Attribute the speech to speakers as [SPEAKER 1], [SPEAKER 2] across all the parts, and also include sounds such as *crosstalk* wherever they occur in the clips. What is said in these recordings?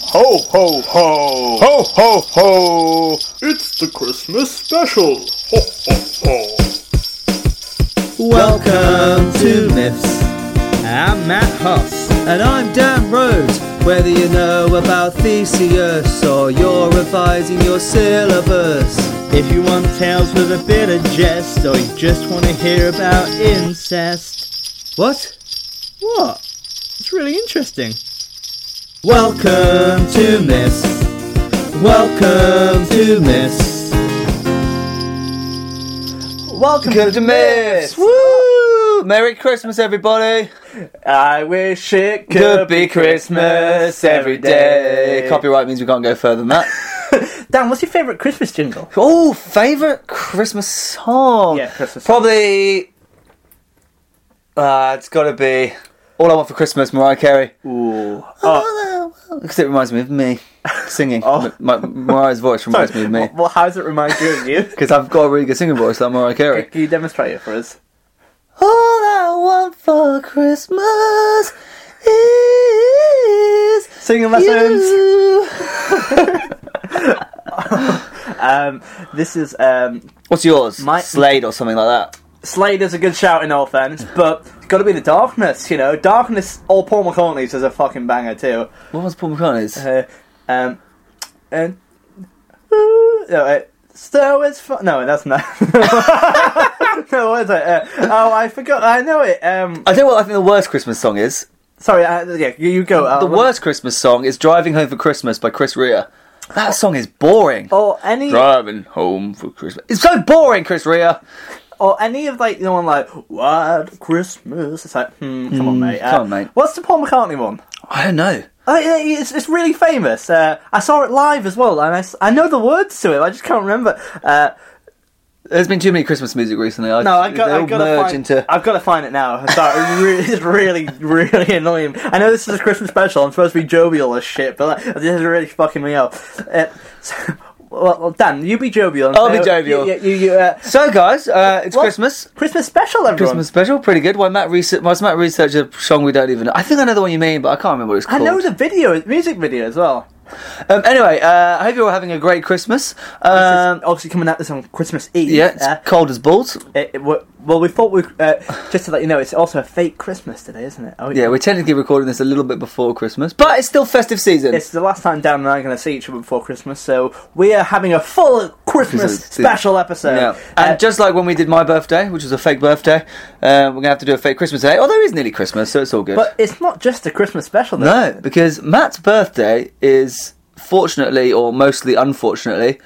[SPEAKER 1] ho, ho! Ho, ho, ho! It's the Christmas special! Ho, ho, ho!
[SPEAKER 2] Welcome to Myths. I'm Matt Huss. And I'm Dan Rhodes. Whether you know about Theseus or you're revising your syllabus. If you want tales with a bit of jest or you just want to hear about incest. What? What? It's really interesting. Welcome to Myths. Welcome to Myths.
[SPEAKER 3] Welcome
[SPEAKER 2] Good to Myths! Woo! Merry Christmas, everybody!
[SPEAKER 3] I wish it could,
[SPEAKER 2] Could be Christmas every day. Copyright means we can't go further than that. *laughs*
[SPEAKER 3] Dan, what's your favourite Christmas jingle?
[SPEAKER 2] oh, favourite Christmas song?
[SPEAKER 3] Yeah, Christmas song.
[SPEAKER 2] Probably. Uh, it's got to be All I Want for Christmas, Mariah Carey.
[SPEAKER 3] Ooh.
[SPEAKER 2] Oh. Because it reminds me of me *laughs* singing.
[SPEAKER 3] Oh.
[SPEAKER 2] My, my- Mariah's voice reminds me of *laughs* me.
[SPEAKER 3] Well, how does it remind you of you?
[SPEAKER 2] Because I've got a really good singing voice like Mariah Carey.
[SPEAKER 3] Can you demonstrate it for us?
[SPEAKER 2] All I want for Christmas is.
[SPEAKER 3] Singing lessons. Um, this is um,
[SPEAKER 2] What's yours?
[SPEAKER 3] My-
[SPEAKER 2] Slade or something like that.
[SPEAKER 3] Slade is a good shout in all fairness, but it's got to be the darkness. You know, darkness or Paul McCartney's is a fucking banger too.
[SPEAKER 2] What was Paul McCartney's?
[SPEAKER 3] Uh, um, and ooh, no, uh, so it's fun. No, that's not. no, what is it? Uh, oh, I forgot. I know it. Um,
[SPEAKER 2] I tell you what I think the worst Christmas song is.
[SPEAKER 3] sorry. Uh, yeah, you, you go. Uh,
[SPEAKER 2] The worst Christmas song is "Driving Home for Christmas" by Chris Rea. That song is boring.
[SPEAKER 3] Or any,
[SPEAKER 2] Driving home for Christmas. It's so boring, Chris Rea.
[SPEAKER 3] or any of like the one like "White Christmas." It's like, hmm, come on, mate. Uh,
[SPEAKER 2] come on, mate.
[SPEAKER 3] What's the Paul McCartney one?
[SPEAKER 2] I don't know.
[SPEAKER 3] Oh, yeah, it's, it's really famous. Uh, I saw it live as well, and I, s- I know the words to it. I just can't remember. Uh,
[SPEAKER 2] There's been too many Christmas music recently. I,
[SPEAKER 3] No, I got,
[SPEAKER 2] they
[SPEAKER 3] I
[SPEAKER 2] all
[SPEAKER 3] got to
[SPEAKER 2] merge
[SPEAKER 3] find,
[SPEAKER 2] into.
[SPEAKER 3] I've got to find it now. Sorry, it *laughs* really- it's really, really annoying. I know this is a Christmas special. I'm supposed to be jovial as shit, but like, this is really fucking me up. Uh, *laughs* so, well, well, Dan, you be jovial. and
[SPEAKER 2] I'll be
[SPEAKER 3] say-
[SPEAKER 2] jovial.
[SPEAKER 3] You, you, you, uh,
[SPEAKER 2] So, guys, uh, it's
[SPEAKER 3] what?
[SPEAKER 2] Christmas.
[SPEAKER 3] Christmas special, everyone.
[SPEAKER 2] Christmas special, pretty good. Why Matt research? Why Matt research a song we don't even? know? I think I know the one you mean, but I can't remember what it's
[SPEAKER 3] I
[SPEAKER 2] called.
[SPEAKER 3] know the video, music video as well.
[SPEAKER 2] Um, anyway, uh, I hope you're all having a great Christmas.
[SPEAKER 3] This is
[SPEAKER 2] Um,
[SPEAKER 3] obviously coming out this on Christmas Eve.
[SPEAKER 2] yeah, it's
[SPEAKER 3] Uh,
[SPEAKER 2] cold as balls.
[SPEAKER 3] it- it- well, we thought we uh, just to let you know, it's also a fake Christmas today, isn't it? Oh,
[SPEAKER 2] Yeah, we're technically recording this a little bit before Christmas, but it's still festive season.
[SPEAKER 3] It's the last time Dan and I are going to see each other before Christmas, so we are having a full Christmas
[SPEAKER 2] Christmas, yeah.
[SPEAKER 3] special episode.
[SPEAKER 2] Yeah.
[SPEAKER 3] Uh,
[SPEAKER 2] And just like when we did my birthday, which was a fake birthday, uh, we're going to have to do a fake Christmas day, although it is nearly Christmas, so it's all good.
[SPEAKER 3] but it's not just a Christmas special, though.
[SPEAKER 2] no, because Matt's birthday is fortunately, or mostly unfortunately,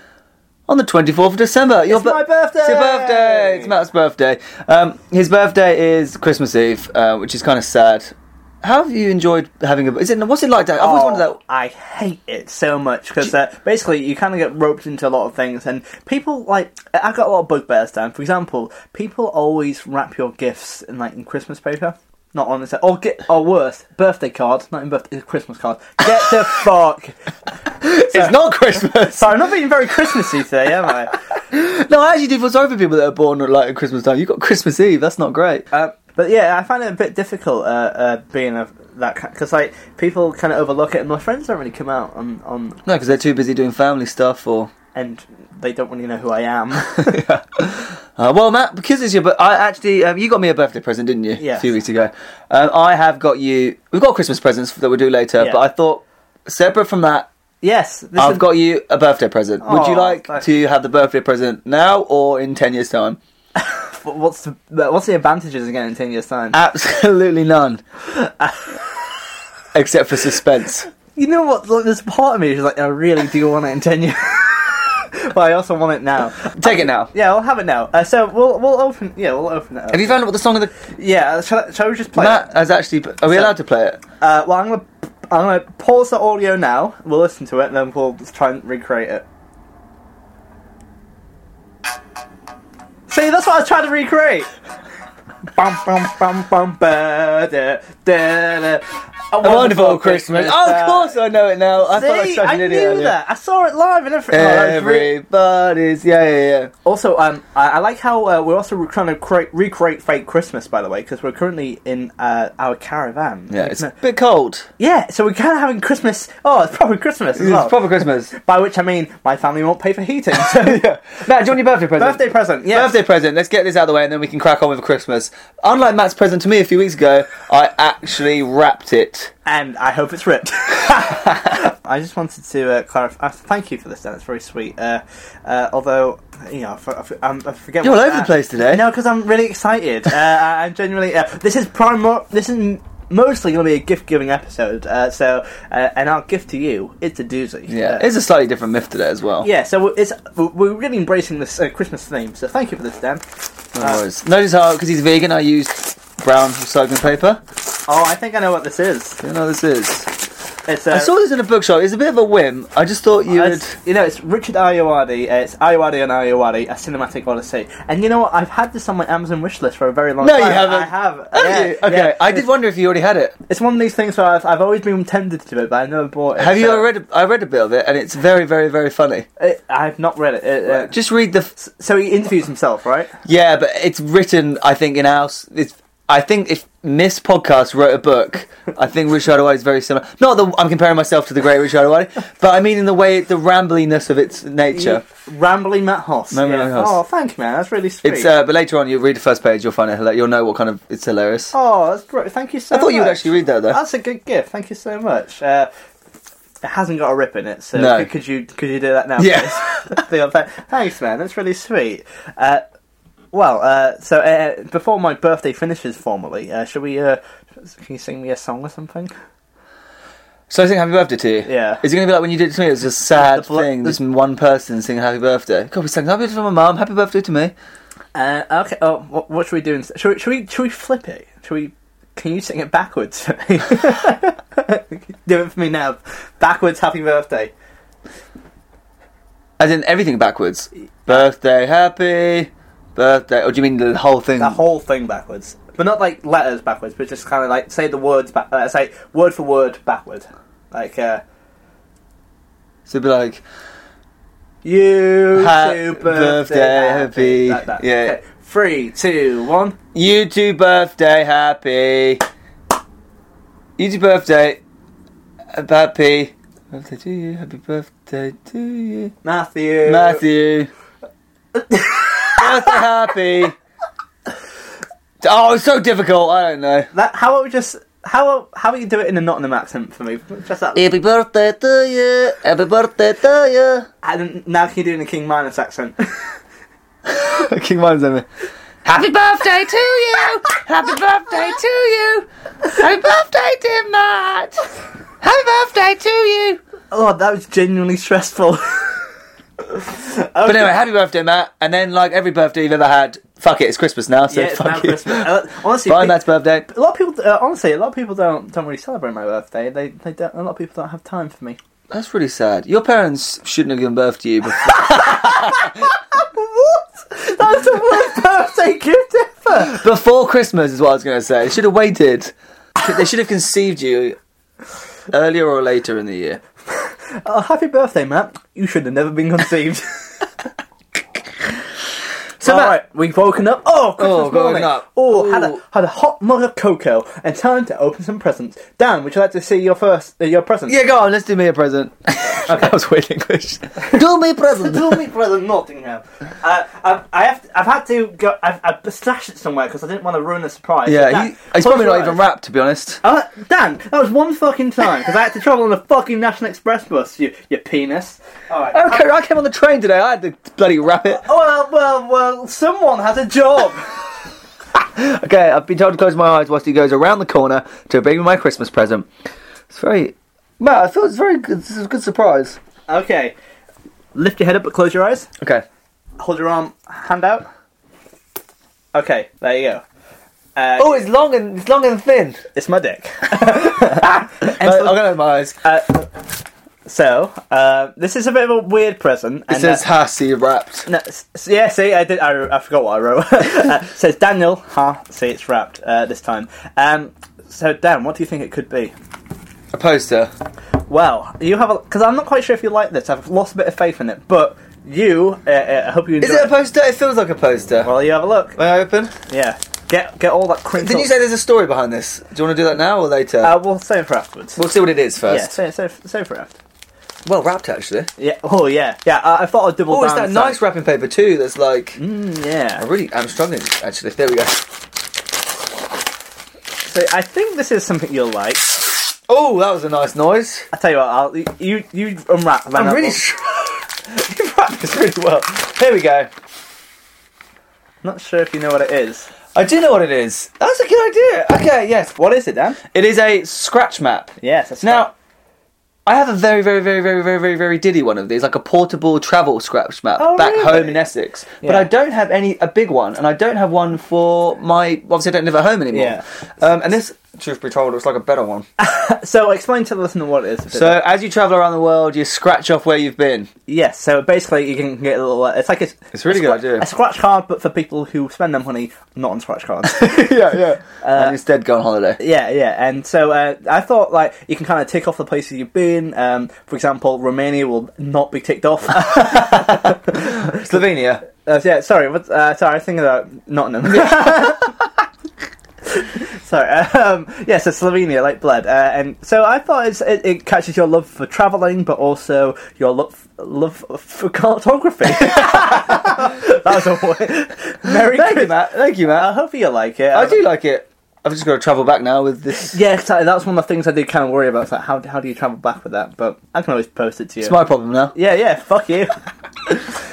[SPEAKER 2] on the 24th of December. Your
[SPEAKER 3] It's my birthday!
[SPEAKER 2] It's your birthday! It's Matt's birthday. Um, his birthday is Christmas Eve, uh, which is kind of sad. How have you enjoyed having a... Is it, what's it like that? I've always
[SPEAKER 3] Oh,
[SPEAKER 2] wondered that...
[SPEAKER 3] I hate it so much because uh, basically you kind of get roped into a lot of things, and people like I've got a lot of bugbears. Dan, for example, people always wrap your gifts in like in Christmas paper. Not on this, or get, or worse, birthday card. Not in birthday, Christmas card. Get the *laughs* fuck.
[SPEAKER 2] It's not Christmas! *laughs*
[SPEAKER 3] Sorry, I'm not being very Christmassy today, am I?
[SPEAKER 2] No, I actually do feel sorry for people that are born at like at Christmas time. You've got Christmas Eve. That's not great.
[SPEAKER 3] Uh, but yeah, I find it a bit difficult uh, uh, being a, that because like people kind of overlook it, and my friends don't really come out on, on
[SPEAKER 2] No, because they're too busy doing family stuff or.
[SPEAKER 3] and they don't really know who I am. *laughs*
[SPEAKER 2] Uh, well, Matt, because it's your. But I actually, um, you got me a birthday present, didn't you? A
[SPEAKER 3] Yes.
[SPEAKER 2] few weeks ago. Um, I have got you. We've got Christmas presents that we'll do later.
[SPEAKER 3] Yeah.
[SPEAKER 2] But I thought, separate from that,
[SPEAKER 3] yes, this
[SPEAKER 2] I've
[SPEAKER 3] is-
[SPEAKER 2] got you a birthday present. Would you
[SPEAKER 3] Aw,
[SPEAKER 2] like
[SPEAKER 3] thank-
[SPEAKER 2] to have the birthday present now or in ten years' time?
[SPEAKER 3] What's the what's the advantages again in ten years time?
[SPEAKER 2] Absolutely
[SPEAKER 3] *laughs*
[SPEAKER 2] none. Except for suspense.
[SPEAKER 3] you know what? Like, there's part of me who's like, I really do want it in ten years, *laughs* but I also want it now.
[SPEAKER 2] Take it now.
[SPEAKER 3] Yeah, we'll have it now. Uh, so we'll we'll open. Yeah, we'll open it. Up.
[SPEAKER 2] Have you found out what the song of the
[SPEAKER 3] yeah, uh, shall, I- shall we just play? it?
[SPEAKER 2] Matt has actually? Are we
[SPEAKER 3] So-
[SPEAKER 2] allowed to play it?
[SPEAKER 3] Uh, well, I'm gonna I'm gonna pause the audio now. We'll listen to it, and then we'll try and recreate it. See, that's what I was trying to recreate. bum, bum, bum, bum, ba, da, da, da. A
[SPEAKER 2] A Wonderful Christmas. Oh, of course I know it now. I thought I was
[SPEAKER 3] See,
[SPEAKER 2] such
[SPEAKER 3] I
[SPEAKER 2] an
[SPEAKER 3] knew
[SPEAKER 2] idiot. earlier.
[SPEAKER 3] that. I saw it live and everything. Oh, that was really-
[SPEAKER 2] Everybody's, yeah, yeah, yeah.
[SPEAKER 3] Also, um, I, I like how uh, we're also trying to create, recreate fake Christmas, by the way, because we're currently in uh, our caravan.
[SPEAKER 2] Yeah, it's a bit cold.
[SPEAKER 3] yeah. So we're kind of having Christmas. Oh, it's probably Christmas as
[SPEAKER 2] It's
[SPEAKER 3] well.
[SPEAKER 2] proper Christmas.
[SPEAKER 3] by which I mean my family won't pay for
[SPEAKER 2] *laughs*
[SPEAKER 3] heating. So
[SPEAKER 2] yeah. Matt, do you want your birthday present?
[SPEAKER 3] birthday present. Yeah.
[SPEAKER 2] Birthday present. Let's get this out of the way, and then we can crack on with Christmas. Unlike Matt's present to me a few weeks ago, I actually wrapped it.
[SPEAKER 3] and I hope it's
[SPEAKER 2] *laughs*
[SPEAKER 3] ripped. I just wanted to uh, clarify. Uh, thank you for this, Dan. It's very sweet. Uh, uh, although, you know, I, for, I, for- um, I forget.
[SPEAKER 2] You're
[SPEAKER 3] what-
[SPEAKER 2] all over the
[SPEAKER 3] uh,
[SPEAKER 2] place today.
[SPEAKER 3] No, because I'm really excited. uh, I- I'm genuinely. Uh, this is prime. This is m- mostly going to be a gift giving episode. Uh, so, uh, and our gift to you, it's a doozy.
[SPEAKER 2] Yeah,
[SPEAKER 3] Uh,
[SPEAKER 2] it's a slightly different myth today as well.
[SPEAKER 3] yeah. So it's we're really embracing this uh, Christmas theme. So thank you for this, Dan.
[SPEAKER 2] No worries. Notice how, because he's vegan, I used brown recycling paper.
[SPEAKER 3] Oh, I think I know what this is.
[SPEAKER 2] Do you know what this is?
[SPEAKER 3] It's uh,
[SPEAKER 2] I saw this in a bookshop. It's a bit of a whim. I just thought you would.
[SPEAKER 3] It's- you know, it's Richard Ayoade. uh, It's Ayoade and Ayoade, a cinematic odyssey. And you know what? I've had this on my Amazon wishlist for a very long
[SPEAKER 2] No,
[SPEAKER 3] time.
[SPEAKER 2] you haven't.
[SPEAKER 3] I have.
[SPEAKER 2] Have
[SPEAKER 3] yeah,
[SPEAKER 2] Oh, you? Okay,
[SPEAKER 3] yeah.
[SPEAKER 2] I did wonder if you already had it.
[SPEAKER 3] It's one of these things where I've, I've always been tempted to it, but I never bought it.
[SPEAKER 2] Have you
[SPEAKER 3] so-
[SPEAKER 2] ever read? a- I read a bit of it, and it's very, very, very funny.
[SPEAKER 3] It- I've not read it. It, uh,
[SPEAKER 2] Just read the. f-
[SPEAKER 3] so he interviews
[SPEAKER 2] *laughs*
[SPEAKER 3] himself, right?
[SPEAKER 2] Yeah, but it's written. I think in house. It's. I think if Miss Podcast wrote a book, I think Richard Awadi is very similar. Not that I'm comparing myself to the great Richard Awadi, but I mean in the way the rambliness of its nature.
[SPEAKER 3] Rambling Matt Hoss.
[SPEAKER 2] Rambling Matt Hoss.
[SPEAKER 3] Oh, thank you, man. That's really sweet.
[SPEAKER 2] It's. Uh, but later on, you read the first page, you'll find it. hila- You'll know what kind of. It's hilarious.
[SPEAKER 3] oh, that's great. Thank you so
[SPEAKER 2] I
[SPEAKER 3] much.
[SPEAKER 2] thought you would actually read that though.
[SPEAKER 3] That's a good gift. Thank you so much. Uh, it hasn't got a rip in it, so
[SPEAKER 2] No.
[SPEAKER 3] could, could you could you do that now?
[SPEAKER 2] Yeah.
[SPEAKER 3] please? *laughs* Thing on fa- Thanks, man. That's really sweet. Uh, well, uh, so uh, before my birthday finishes formally, uh, should we? Uh, can you sing me a song or something?
[SPEAKER 2] So I sing happy birthday to you.
[SPEAKER 3] Yeah.
[SPEAKER 2] Is it going to be like when you did it to me? It was just a sad
[SPEAKER 3] The blo-
[SPEAKER 2] thing.
[SPEAKER 3] the-
[SPEAKER 2] Just one person singing happy birthday. God, we sang happy birthday to my mum. Happy birthday to me.
[SPEAKER 3] Uh, okay. Oh, what, what should we do? Instead? Should we? Should we? Should we flip it? Should we? Can you sing it backwards? do *laughs* it for me now. Backwards. Happy birthday.
[SPEAKER 2] As in everything backwards. Birthday happy. Birthday. Or do you mean the whole thing?
[SPEAKER 3] the whole thing backwards, but not like letters backwards, but just kind of like say the words back, uh, say word for word backward, like uh,
[SPEAKER 2] So it'd be like.
[SPEAKER 3] you
[SPEAKER 2] Ha-
[SPEAKER 3] two birthday,
[SPEAKER 2] birthday happy.
[SPEAKER 3] like that.
[SPEAKER 2] Yeah.
[SPEAKER 3] Okay. Three, two, one.
[SPEAKER 2] You two birthday happy. You two birthday happy. Birthday to you. Happy birthday to you.
[SPEAKER 3] Matthew.
[SPEAKER 2] Matthew. Birthday happy. Oh, it's so difficult. I don't know.
[SPEAKER 3] That how about we just how how about you do it in a Nottingham accent for me? Just that.
[SPEAKER 2] Happy birthday to you. Happy birthday to
[SPEAKER 3] And now can you do it in a King Minus accent? *laughs*
[SPEAKER 2] you. King Mine's over. Happy birthday to you. Happy birthday to you. Happy birthday, dear Matt. Happy birthday to you.
[SPEAKER 3] oh, that was genuinely stressful. *laughs*
[SPEAKER 2] But anyway, happy birthday, Matt. And then, like every birthday you've ever had, fuck it, it's Christmas now. So
[SPEAKER 3] yeah, it's
[SPEAKER 2] fuck
[SPEAKER 3] now
[SPEAKER 2] you.
[SPEAKER 3] Christmas. Uh, Honestly,
[SPEAKER 2] Bye,
[SPEAKER 3] pe-
[SPEAKER 2] Matt's birthday.
[SPEAKER 3] a lot of people. Uh, honestly, a lot of people don't don't really celebrate my birthday. They they don't, a lot of people don't have time for me. *laughs*
[SPEAKER 2] That's really sad. Your parents shouldn't have given birth to you before.
[SPEAKER 3] What? That was the worst birthday gift ever.
[SPEAKER 2] Before Christmas is what I was going to say. They should have waited. They should have conceived you earlier or later in the year.
[SPEAKER 3] Oh, happy birthday, Matt. You should have never been conceived. *laughs*
[SPEAKER 2] So,
[SPEAKER 3] All
[SPEAKER 2] Matt-
[SPEAKER 3] right, we've woken up. Oh, Christmas
[SPEAKER 2] Oh, woken
[SPEAKER 3] morning.
[SPEAKER 2] up.
[SPEAKER 3] Oh, had a
[SPEAKER 2] Ooh.
[SPEAKER 3] had a hot mug of cocoa, and time to open some presents. Dan, would you like to see your first uh, your present?
[SPEAKER 2] Yeah, go on. Let's do me a *laughs* present. that was weird English. do me a *laughs* present.
[SPEAKER 3] *laughs* Tell me, brother Nottingham. Uh, I've, I have to, I've had to go. I've, I've stashed it somewhere because I didn't want to ruin a surprise. So,
[SPEAKER 2] Yeah,
[SPEAKER 3] Dan,
[SPEAKER 2] he, he's probably not
[SPEAKER 3] close your
[SPEAKER 2] even
[SPEAKER 3] eyes.
[SPEAKER 2] wrapped, to be honest.
[SPEAKER 3] Uh, Dan, that was one fucking time because I had to travel on the fucking National Express bus. You, you penis. All right.
[SPEAKER 2] Okay, I came on the train today. I had to bloody wrap it.
[SPEAKER 3] Well, well, well. Someone has
[SPEAKER 2] *laughs*
[SPEAKER 3] a job.
[SPEAKER 2] Okay, I've been told to close my eyes whilst he goes around the corner to bring me my Christmas present. It's very. Matt, I thought it was very good. This is a good surprise.
[SPEAKER 3] okay. Lift your head up, but close your eyes.
[SPEAKER 2] Okay.
[SPEAKER 3] Hold your arm, hand out. Okay, there you go. Uh,
[SPEAKER 2] Oh, it's long and it's long and thin.
[SPEAKER 3] it's
[SPEAKER 2] *laughs*
[SPEAKER 3] my dick.
[SPEAKER 2] I'm gonna open my eyes.
[SPEAKER 3] *laughs* So, uh, this is a bit of a weird present.
[SPEAKER 2] It
[SPEAKER 3] and,
[SPEAKER 2] says
[SPEAKER 3] uh,
[SPEAKER 2] Hassi wrapped.
[SPEAKER 3] No, s- s- yeah, see, I did. I, I forgot what I wrote. *laughs* uh, says Daniel, ha, see, it's wrapped uh, this time. Um, so, Dan, what do you think it could be?
[SPEAKER 2] A poster.
[SPEAKER 3] Well, you have a because I'm not quite sure if you like this. I've lost a bit of faith in it, but you, uh, uh, I hope you enjoy.
[SPEAKER 2] Is it a poster? It feels like a poster.
[SPEAKER 3] well, you have a look.
[SPEAKER 2] May I open?
[SPEAKER 3] Yeah, get get all that cringe.
[SPEAKER 2] Didn't you say there's a story behind this? Do you want to do that now or later?
[SPEAKER 3] Uh, we'll save it for afterwards.
[SPEAKER 2] we'll see what it is
[SPEAKER 3] yeah,
[SPEAKER 2] first.
[SPEAKER 3] save, save, save for after.
[SPEAKER 2] Well wrapped actually.
[SPEAKER 3] Yeah. Oh yeah. Yeah. I, I thought I'd double
[SPEAKER 2] Oh, it's
[SPEAKER 3] down.
[SPEAKER 2] that
[SPEAKER 3] and
[SPEAKER 2] nice wrapping paper too. That's like
[SPEAKER 3] say- mm,
[SPEAKER 2] I
[SPEAKER 3] Yeah.
[SPEAKER 2] really I'm struggling actually. There we go.
[SPEAKER 3] So I think this is something you'll like.
[SPEAKER 2] Oh, that was a nice noise.
[SPEAKER 3] I tell you what. I'll you you unwrap.
[SPEAKER 2] I'm
[SPEAKER 3] that
[SPEAKER 2] really
[SPEAKER 3] one.
[SPEAKER 2] str- you
[SPEAKER 3] *laughs*
[SPEAKER 2] wrapped this really well. Here we go.
[SPEAKER 3] not sure if you know what it is.
[SPEAKER 2] I do know what it is. That's a good idea. Okay, yes.
[SPEAKER 3] Uh, What is it, Dan?
[SPEAKER 2] It is a scratch map.
[SPEAKER 3] Yes. That's
[SPEAKER 2] Now, I have a very, very, very, very, very, very, very diddy one of these, like a portable travel scratch map
[SPEAKER 3] Oh,
[SPEAKER 2] back
[SPEAKER 3] really?
[SPEAKER 2] home in Essex. But
[SPEAKER 3] Yeah.
[SPEAKER 2] I don't have any a big one, and I don't have one for my. Obviously, I don't live at home anymore.
[SPEAKER 3] Yeah.
[SPEAKER 2] Um, and this, truth be told, looks like a better one.
[SPEAKER 3] So explain to the listener what it is. if it-
[SPEAKER 2] So as you travel around the world, you scratch off where you've been.
[SPEAKER 3] yes. So basically, you can get a little. uh, It's like a.
[SPEAKER 2] It's a really
[SPEAKER 3] a
[SPEAKER 2] good
[SPEAKER 3] scratch-
[SPEAKER 2] idea.
[SPEAKER 3] A scratch card, but for people who spend their money not on scratch *laughs* cards.
[SPEAKER 2] *laughs* yeah, yeah. and instead, go on holiday.
[SPEAKER 3] Yeah, yeah, and so uh, I thought like you can kind of tick off the places you've been. Um, for example, Romania will not be ticked off. *laughs* uh,
[SPEAKER 2] Slovenia.
[SPEAKER 3] yeah, sorry, what, uh, sorry, I was thinking about Nottingham. *laughs* sorry, um, yeah, so Slovenia, like blood, uh, and so I thought it's, it, it catches your love for traveling, but also your love love
[SPEAKER 2] *laughs*
[SPEAKER 3] for cartography. that was a way. Merry
[SPEAKER 2] Thank you,
[SPEAKER 3] Christmas.
[SPEAKER 2] Matt. Thank you,
[SPEAKER 3] I
[SPEAKER 2] Matt.
[SPEAKER 3] hope you like it. Um,
[SPEAKER 2] I do like it. I've just got to travel back now with this. *laughs*
[SPEAKER 3] Yeah, exactly. That's one of the things I did kind of worry about. It's like, how, how do you travel back with that? But I can always post it to you.
[SPEAKER 2] It's my problem now.
[SPEAKER 3] Yeah, yeah, fuck you.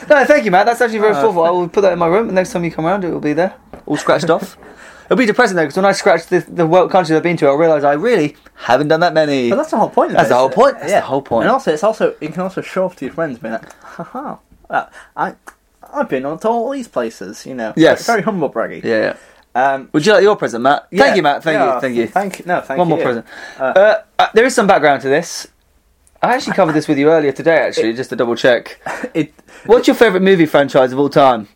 [SPEAKER 2] No, thank you, Matt. That's actually very thoughtful. I will put that in my room. and Next time you come around, it will be there, all scratched *laughs* off. It'll be depressing though, because when I scratch the, the world countries I've been to, I realise I really haven't done that many.
[SPEAKER 3] But that's the whole point.
[SPEAKER 2] Oh,
[SPEAKER 3] Of
[SPEAKER 2] That's
[SPEAKER 3] it.
[SPEAKER 2] the whole point. That's
[SPEAKER 3] yeah.
[SPEAKER 2] the whole point.
[SPEAKER 3] And also, it's also you can also show off to your friends, being like, haha, uh, I I've been on to all these places. You know.
[SPEAKER 2] Yes.
[SPEAKER 3] Very humble braggy.
[SPEAKER 2] Yeah, yeah.
[SPEAKER 3] Um.
[SPEAKER 2] Would you like your present, Matt?
[SPEAKER 3] yeah.
[SPEAKER 2] Thank you, Matt. Thank
[SPEAKER 3] Yeah,
[SPEAKER 2] you. Thank you.
[SPEAKER 3] Thank you. No, thank
[SPEAKER 2] One
[SPEAKER 3] you.
[SPEAKER 2] more present. Uh, uh, there is some background to this. I actually covered this with you earlier today, actually, just to double check.
[SPEAKER 3] *laughs* It.
[SPEAKER 2] What's your favourite movie franchise of all time?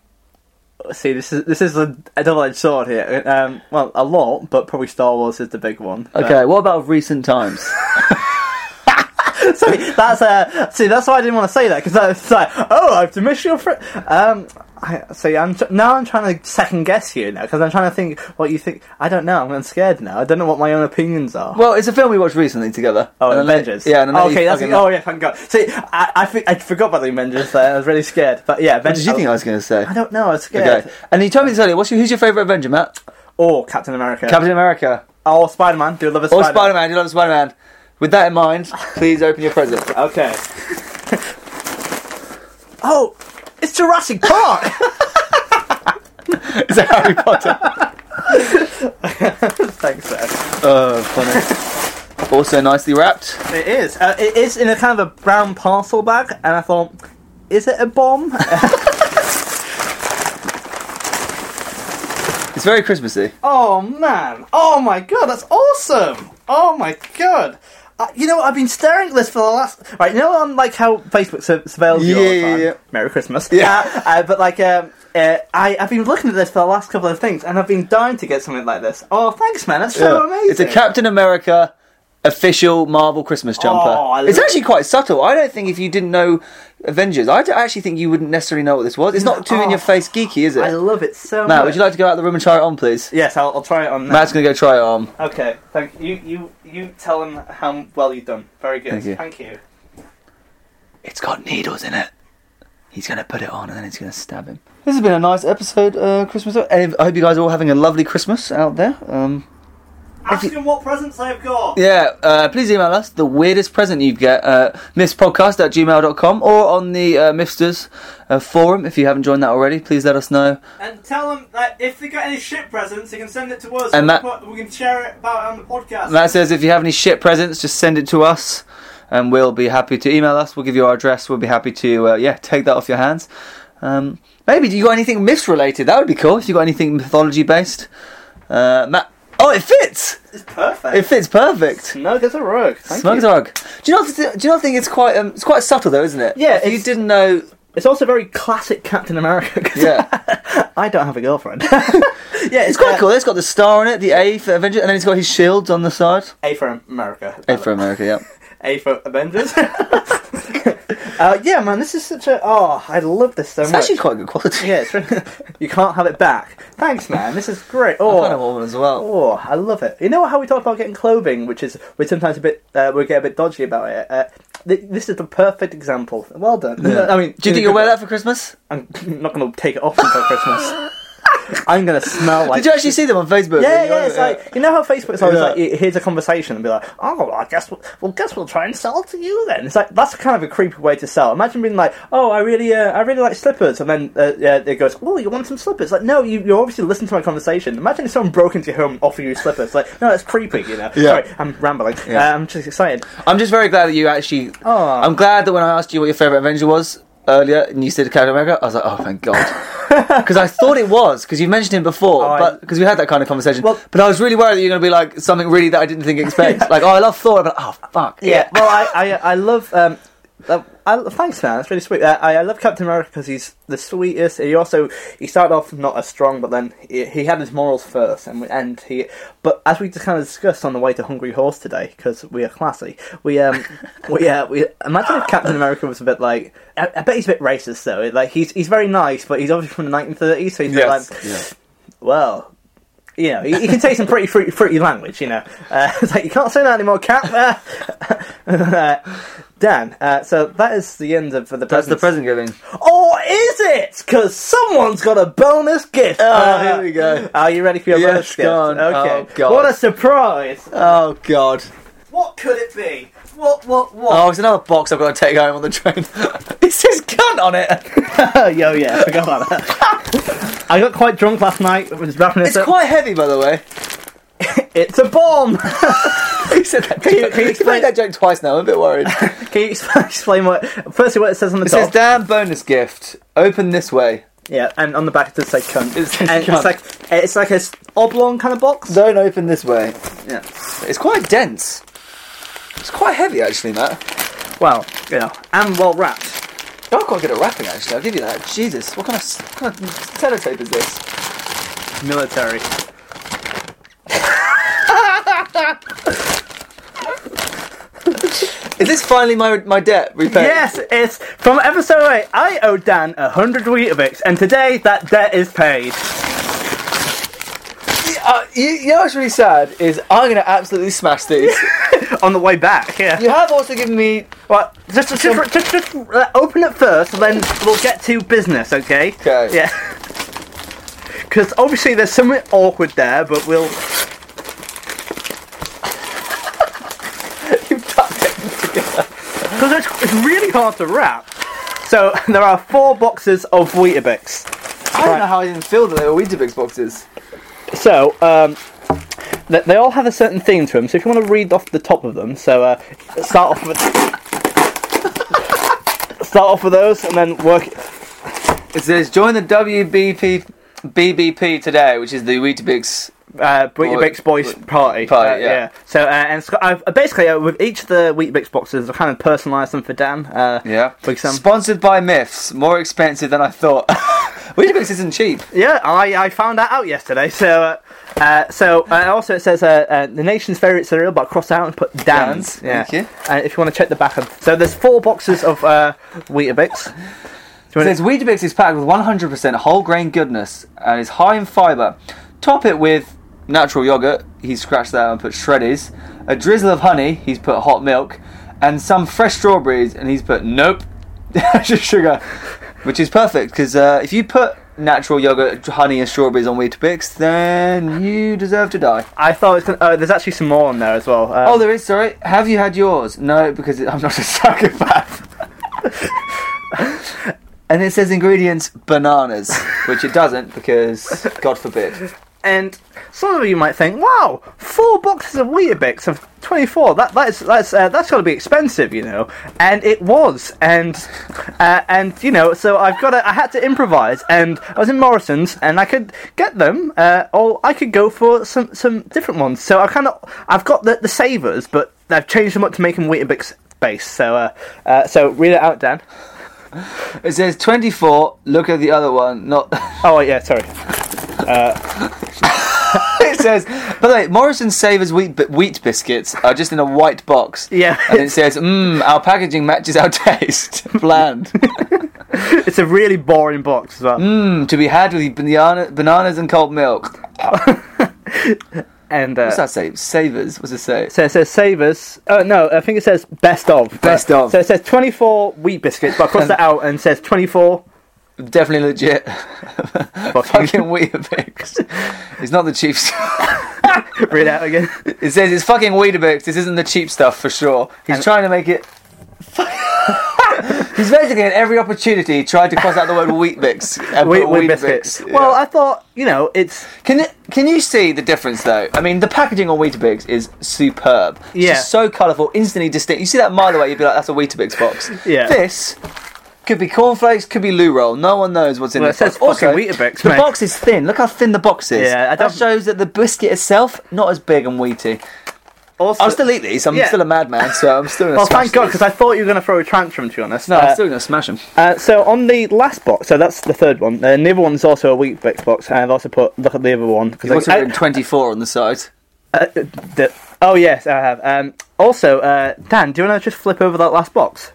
[SPEAKER 3] See, this is this is a, a double-edged sword here. Um. Well, a lot, but probably Star Wars is the big one.
[SPEAKER 2] Okay, what about of recent times?
[SPEAKER 3] *laughs* Sorry, that's uh, see, that's why I didn't want to say that because I was like, oh, I've diminished your friend. Um, I, see, I'm tr- now I'm trying to second guess you now because I'm trying to think what you think. I don't know. I'm scared now. I don't know what my own opinions are.
[SPEAKER 2] well, it's a film we watched recently together.
[SPEAKER 3] Oh,
[SPEAKER 2] And I know-
[SPEAKER 3] Avengers.
[SPEAKER 2] Yeah, and I know
[SPEAKER 3] okay,
[SPEAKER 2] you
[SPEAKER 3] that's
[SPEAKER 2] fucking-
[SPEAKER 3] oh yeah, thank God. See, I I, think I forgot about the Avengers. There, I was really scared. But yeah,
[SPEAKER 2] What
[SPEAKER 3] Avengers.
[SPEAKER 2] did you think I was going to say?
[SPEAKER 3] Oh, I don't know. I was scared.
[SPEAKER 2] Okay. And you told me this earlier. What's your, who's your favourite Avenger, Matt?
[SPEAKER 3] Or Captain America.
[SPEAKER 2] Captain America.
[SPEAKER 3] or Spider Man. Do you love a
[SPEAKER 2] Or
[SPEAKER 3] Spider?
[SPEAKER 2] Spider Man. You love Spider Man. With that in mind, please open your
[SPEAKER 3] *laughs*
[SPEAKER 2] present.
[SPEAKER 3] Okay. oh, it's Jurassic Park. *laughs*
[SPEAKER 2] Is that Harry Potter?
[SPEAKER 3] Thanks, sir.
[SPEAKER 2] Oh, funny. also nicely wrapped.
[SPEAKER 3] It is. Uh, it is in a kind of a brown parcel bag, and I thought, is it a bomb? *laughs*
[SPEAKER 2] It's very Christmassy.
[SPEAKER 3] oh man! Oh my god! That's awesome! Oh my god! Uh, you know, I've been staring at this for the last. Right, you know, on like how Facebook sur- surveils you all the
[SPEAKER 2] Yeah, yeah,
[SPEAKER 3] time.
[SPEAKER 2] yeah.
[SPEAKER 3] Merry Christmas.
[SPEAKER 2] Yeah.
[SPEAKER 3] Uh, uh, but like, um, uh, I I've been looking at this for the last couple of things, and I've been dying to get something like this. Oh, thanks, man! That's so
[SPEAKER 2] Yeah.
[SPEAKER 3] amazing.
[SPEAKER 2] It's a Captain America official Marvel Christmas jumper.
[SPEAKER 3] Oh, I
[SPEAKER 2] it's
[SPEAKER 3] love-
[SPEAKER 2] actually quite subtle. I don't think if you didn't know Avengers, I don't- I actually think you wouldn't necessarily know what this was. It's not too
[SPEAKER 3] Oh.
[SPEAKER 2] in your face geeky, is it?
[SPEAKER 3] I love it so much.
[SPEAKER 2] Matt, would you like to go out of the room and try it on, please?
[SPEAKER 3] Yes, I'll, I'll try it on. Now.
[SPEAKER 2] Matt's going to go try it on.
[SPEAKER 3] Okay, thank you. You you tell him how well you've done. Very good.
[SPEAKER 2] Thank you.
[SPEAKER 3] you.
[SPEAKER 2] It's got needles in it. He's going to put it on and then it's going to stab him. This has been a nice episode, uh, Christmas. I hope you guys are all having a lovely Christmas out there. Um,
[SPEAKER 3] Ask him what presents they've got.
[SPEAKER 2] Yeah, uh, please email us the weirdest present you get, uh, mythspodcast at gmail.com or on the uh, Mythsters uh, forum if you haven't joined that already. Please let us know.
[SPEAKER 3] And tell them that if they got any shit presents, they can send it to us.
[SPEAKER 2] And
[SPEAKER 3] And
[SPEAKER 2] that-
[SPEAKER 3] we can share it about it on the podcast.
[SPEAKER 2] Matt says if you have any shit presents, just send it to us and we'll be happy to email us. We'll give you our address. We'll be happy to, uh, yeah, *laughs* take that off your hands. Um, maybe, do you got anything myths related? That would be cool if you got anything mythology based. Uh, Matt. Oh, it fits!
[SPEAKER 3] it's perfect.
[SPEAKER 2] It fits perfect.
[SPEAKER 3] no, there's a rug. Thank
[SPEAKER 2] Smug
[SPEAKER 3] you.
[SPEAKER 2] Dog. Do you not do you not think it's quite um, it's quite subtle though, isn't it?
[SPEAKER 3] Yeah,
[SPEAKER 2] If you
[SPEAKER 3] it's-
[SPEAKER 2] didn't know
[SPEAKER 3] It's also very classic Captain America. 'cause
[SPEAKER 2] Yeah.
[SPEAKER 3] *laughs* I don't have a girlfriend. *laughs* yeah,
[SPEAKER 2] It's quite cool. It's got the star on it, the A for Avengers, and then it's got his shields on the side.
[SPEAKER 3] A for America.
[SPEAKER 2] A for America, yeah.
[SPEAKER 3] A for Avengers. *laughs* uh, yeah, man, this is such a. Oh, I love this so
[SPEAKER 2] It's
[SPEAKER 3] much.
[SPEAKER 2] actually quite good quality.
[SPEAKER 3] yeah, it's really, *laughs* you can't have it back. Thanks, man. This is great.
[SPEAKER 2] I found a
[SPEAKER 3] Oh,
[SPEAKER 2] woman as well.
[SPEAKER 3] oh, I love it. You know how we talk about getting clothing, which is we're sometimes a bit uh, we get a bit dodgy about it. Uh, th- this is the perfect example. Well done. I mean,
[SPEAKER 2] Do you think you'll wear that for Christmas?
[SPEAKER 3] I'm not going to take it off until Christmas.
[SPEAKER 2] *laughs*
[SPEAKER 3] I'm going to smell like.
[SPEAKER 2] Did you actually see them on Facebook?
[SPEAKER 3] Yeah, yeah, it's like you know how Facebook's always
[SPEAKER 2] Yeah.
[SPEAKER 3] like it hears a conversation and be like, oh, well, I guess we'll, well, guess we'll try and sell to you then. It's like that's kind of a creepy way to sell. Imagine being like, oh, I really, uh, I really like slippers, and then uh, yeah, it goes, oh, you want some slippers? Like, no, you, you obviously listen to my conversation. Imagine if someone broke into your home and offered you slippers. Like, no, that's creepy. You know.
[SPEAKER 2] Yeah.
[SPEAKER 3] Sorry, I'm rambling.
[SPEAKER 2] Yeah.
[SPEAKER 3] Uh, I'm just excited.
[SPEAKER 2] I'm just very glad that you actually.
[SPEAKER 3] Aw.
[SPEAKER 2] I'm glad that when I asked you what your favorite Avenger was earlier, and you said Captain America, I was like, oh, thank God,
[SPEAKER 3] *laughs*
[SPEAKER 2] because I thought it was because you mentioned him before,
[SPEAKER 3] Oh, I-
[SPEAKER 2] but because we had that kind of conversation.
[SPEAKER 3] Well-
[SPEAKER 2] but I was really worried that you're going to be like something really that I didn't think expect, like, oh, I love Thor, but oh, fuck,
[SPEAKER 3] Yeah. Well, I, I, I love. Um, uh, I, thanks, man. That's really sweet. Uh, I, I love Captain America because he's the sweetest. He also he started off not as strong, but then he, he had his morals first, and we- and he. But as we just kind of discussed on the way to Hungry Horse today, because we are classy, we
[SPEAKER 2] *laughs*
[SPEAKER 3] um we uh, we imagine if Captain America was a bit like I, I bet he's a bit racist though. Like he's he's very nice, but he's obviously from the 1930s, so he's a bit
[SPEAKER 2] Yes.
[SPEAKER 3] like
[SPEAKER 2] Yeah.
[SPEAKER 3] well, you know, you, you can say some pretty fruity, fruity language, you know. Uh, *laughs* it's like, you can't say that anymore, Cap. Uh, *laughs* uh, Dan, uh, so that is the end of the
[SPEAKER 2] That's the
[SPEAKER 3] presents.
[SPEAKER 2] present *laughs* giving.
[SPEAKER 3] Or is it? Because someone's got a bonus gift. Uh,
[SPEAKER 2] Ah, here we go.
[SPEAKER 3] Are you ready for your
[SPEAKER 2] Yes,
[SPEAKER 3] bonus gift?
[SPEAKER 2] go on.
[SPEAKER 3] Okay.
[SPEAKER 2] Oh, God.
[SPEAKER 3] What a surprise.
[SPEAKER 2] Oh God.
[SPEAKER 3] What could it be? What, what, what?
[SPEAKER 2] Oh, it's another box I've got to take home on the train. *laughs* it says cunt on it.
[SPEAKER 3] *laughs* Yo, yeah, I forgot about that. *laughs* I got quite drunk last night. Was wrapping this
[SPEAKER 2] It's
[SPEAKER 3] up.
[SPEAKER 2] quite heavy, by the way.
[SPEAKER 3] it's a bomb!
[SPEAKER 2] *laughs*
[SPEAKER 3] *laughs*
[SPEAKER 2] He said that.
[SPEAKER 3] Can you- can you
[SPEAKER 2] He's made
[SPEAKER 3] explain-
[SPEAKER 2] that joke twice now. I'm a bit worried.
[SPEAKER 3] *laughs* Can you explain explain what, firstly what it says on the
[SPEAKER 2] It
[SPEAKER 3] top?
[SPEAKER 2] says, "Damn bonus gift. Open this way.
[SPEAKER 3] Yeah, and on the back it does say cunt.
[SPEAKER 2] It says
[SPEAKER 3] And
[SPEAKER 2] cunt.
[SPEAKER 3] It's like it's like a s- oblong kind of box.
[SPEAKER 2] Don't open this way."
[SPEAKER 3] Yeah.
[SPEAKER 2] It's quite dense. It's quite heavy, actually, Matt.
[SPEAKER 3] Well, you know, and well wrapped.
[SPEAKER 2] You're quite good at wrapping, actually. I'll give you that. Jesus, what kind of, what kind of sellotape is this?
[SPEAKER 3] Military.
[SPEAKER 2] Is this finally my my debt repaid?
[SPEAKER 3] Yes, it's from episode eight. I owe Dan a hundred Weetabix, and today that debt is paid.
[SPEAKER 2] Uh, you, you know what's really sad is I'm going to absolutely smash these. *laughs*
[SPEAKER 3] On the way back, yeah.
[SPEAKER 2] you have also given me.
[SPEAKER 3] Well, just just, just, just, just, uh, open it first, and then we'll get to business, okay?
[SPEAKER 2] Okay.
[SPEAKER 3] Yeah. *laughs* Because obviously there's something awkward there, but
[SPEAKER 2] *laughs*
[SPEAKER 3] we'll.
[SPEAKER 2] You've tucked it.
[SPEAKER 3] *laughs* Because it's, it's really hard to wrap. So *laughs* there are four boxes of Weetabix.
[SPEAKER 2] I don't
[SPEAKER 3] Right.
[SPEAKER 2] know how I didn't feel that they were Weetabix boxes.
[SPEAKER 3] So, um, th- they all have a certain theme to them. So, if you want to read off the top of them, so uh, start off with *laughs* start off with those, and then work.
[SPEAKER 2] It says, "Join the WBP BBP today," which is the Weetabix.
[SPEAKER 3] Uh, Weetabix
[SPEAKER 2] Boy-
[SPEAKER 3] Boys Party.
[SPEAKER 2] Oh, Party,
[SPEAKER 3] Uh,
[SPEAKER 2] yeah.
[SPEAKER 3] So, uh, and Sc- I've, basically, uh, with each of the Weetabix boxes, I kind of personalised them for Dan. Uh,
[SPEAKER 2] Yeah.
[SPEAKER 3] For example.
[SPEAKER 2] Sponsored by Myths. More expensive than I thought. *laughs* Weetabix isn't cheap.
[SPEAKER 3] Yeah, I, I found that out yesterday. So, uh, uh, so uh, also it says uh, uh, the nation's favourite cereal, but cross out and put Dan's.
[SPEAKER 2] Dan's, thank you.
[SPEAKER 3] Uh, if you want to check the back of, so there's four boxes of uh, Weetabix. Do you
[SPEAKER 2] It
[SPEAKER 3] wanna-
[SPEAKER 2] says Weetabix is packed with 100% whole grain goodness and is high in fibre. Top it with natural yogurt, he's scratched that out and put shreddies, a drizzle of honey, he's put hot milk, and some fresh strawberries, and he's put nope, *laughs* just sugar, which is perfect because uh, if you put natural yogurt, honey, and strawberries on Weetabix, then you deserve to die.
[SPEAKER 3] I thought it's gonna, oh, there's actually some more on there as well. Um,
[SPEAKER 2] Oh, there is, sorry. Have you had yours? No, because I'm not a psychopath. and it says ingredients bananas, which it doesn't because, God forbid.
[SPEAKER 3] and some of you might think, wow, four boxes of Weetabix of 24. That that's that's uh, that's got to be expensive, you know. And it was, and uh, and you know, so I've got to, I had to improvise, and I was in Morrison's, and I could get them, uh, or I could go for some some different ones. So I kind of I've got the the savers, but I've changed them up to make them Weetabix base. So uh, uh, so read it out, Dan.
[SPEAKER 2] It says 24. Look at the other one. Not. *laughs*
[SPEAKER 3] Oh, wait, yeah, sorry. *laughs*
[SPEAKER 2] it says. By the way, Morrison Savers wheat, bi- wheat biscuits are just in a white box.
[SPEAKER 3] Yeah.
[SPEAKER 2] And it says, mmm, our packaging matches our *laughs* taste. Bland.
[SPEAKER 3] It's a really boring box as well.
[SPEAKER 2] Mmm, to be had with banana, bananas and cold milk.
[SPEAKER 3] And uh,
[SPEAKER 2] What's that say? Savers. What's it say?
[SPEAKER 3] so it says savers. Oh no, I think it says best of. but-
[SPEAKER 2] Best of.
[SPEAKER 3] So it says 24 wheat biscuits, but
[SPEAKER 2] *laughs*
[SPEAKER 3] I crossed that out and says 24.
[SPEAKER 2] Definitely legit.
[SPEAKER 3] Fucking
[SPEAKER 2] Fucking Weetabix. it's not the cheap stuff.
[SPEAKER 3] read out again.
[SPEAKER 2] *laughs* It says it's fucking Weetabix. This isn't the cheap stuff for sure. He's
[SPEAKER 3] And-
[SPEAKER 2] trying to make it. *laughs* He's basically at every opportunity tried to cross out the word Weetabix. and
[SPEAKER 3] Wheat,
[SPEAKER 2] put
[SPEAKER 3] wheat
[SPEAKER 2] Weetabix.
[SPEAKER 3] biscuits.
[SPEAKER 2] Yeah.
[SPEAKER 3] Well, I thought you know it's
[SPEAKER 2] Can it- can you see the difference though? I mean, the packaging on Weetabix is superb. It's
[SPEAKER 3] Yeah.
[SPEAKER 2] just so colourful, instantly distinct. You see that a mile away, you'd be like, "That's a Weetabix box."
[SPEAKER 3] Yeah.
[SPEAKER 2] This could be cornflakes, could be loo roll. No one knows what's in
[SPEAKER 3] Well,
[SPEAKER 2] this
[SPEAKER 3] it says
[SPEAKER 2] box. Also,
[SPEAKER 3] fucking Weetabix,
[SPEAKER 2] The
[SPEAKER 3] mate.
[SPEAKER 2] box is thin. Look how thin the box is.
[SPEAKER 3] Yeah, I
[SPEAKER 2] that
[SPEAKER 3] don't-
[SPEAKER 2] shows that the biscuit itself not as big and wheaty.
[SPEAKER 3] also.
[SPEAKER 2] I'll still eat these. I'm
[SPEAKER 3] Yeah.
[SPEAKER 2] still a madman, so I'm still. Gonna
[SPEAKER 3] well,
[SPEAKER 2] smash
[SPEAKER 3] thank God,
[SPEAKER 2] these.
[SPEAKER 3] because I thought you were going to throw a tantrum. To be honest,
[SPEAKER 2] No,
[SPEAKER 3] Uh,
[SPEAKER 2] I'm still gonna smash them.
[SPEAKER 3] Uh, so on the last box, so that's the third one. Uh, the other one's also a wheat bix box, and I've also put look at the other one
[SPEAKER 2] You've
[SPEAKER 3] because
[SPEAKER 2] also written 24 on the side.
[SPEAKER 3] uh, oh yes, I have. Um, also, uh, Dan, do you want to just flip over that last box?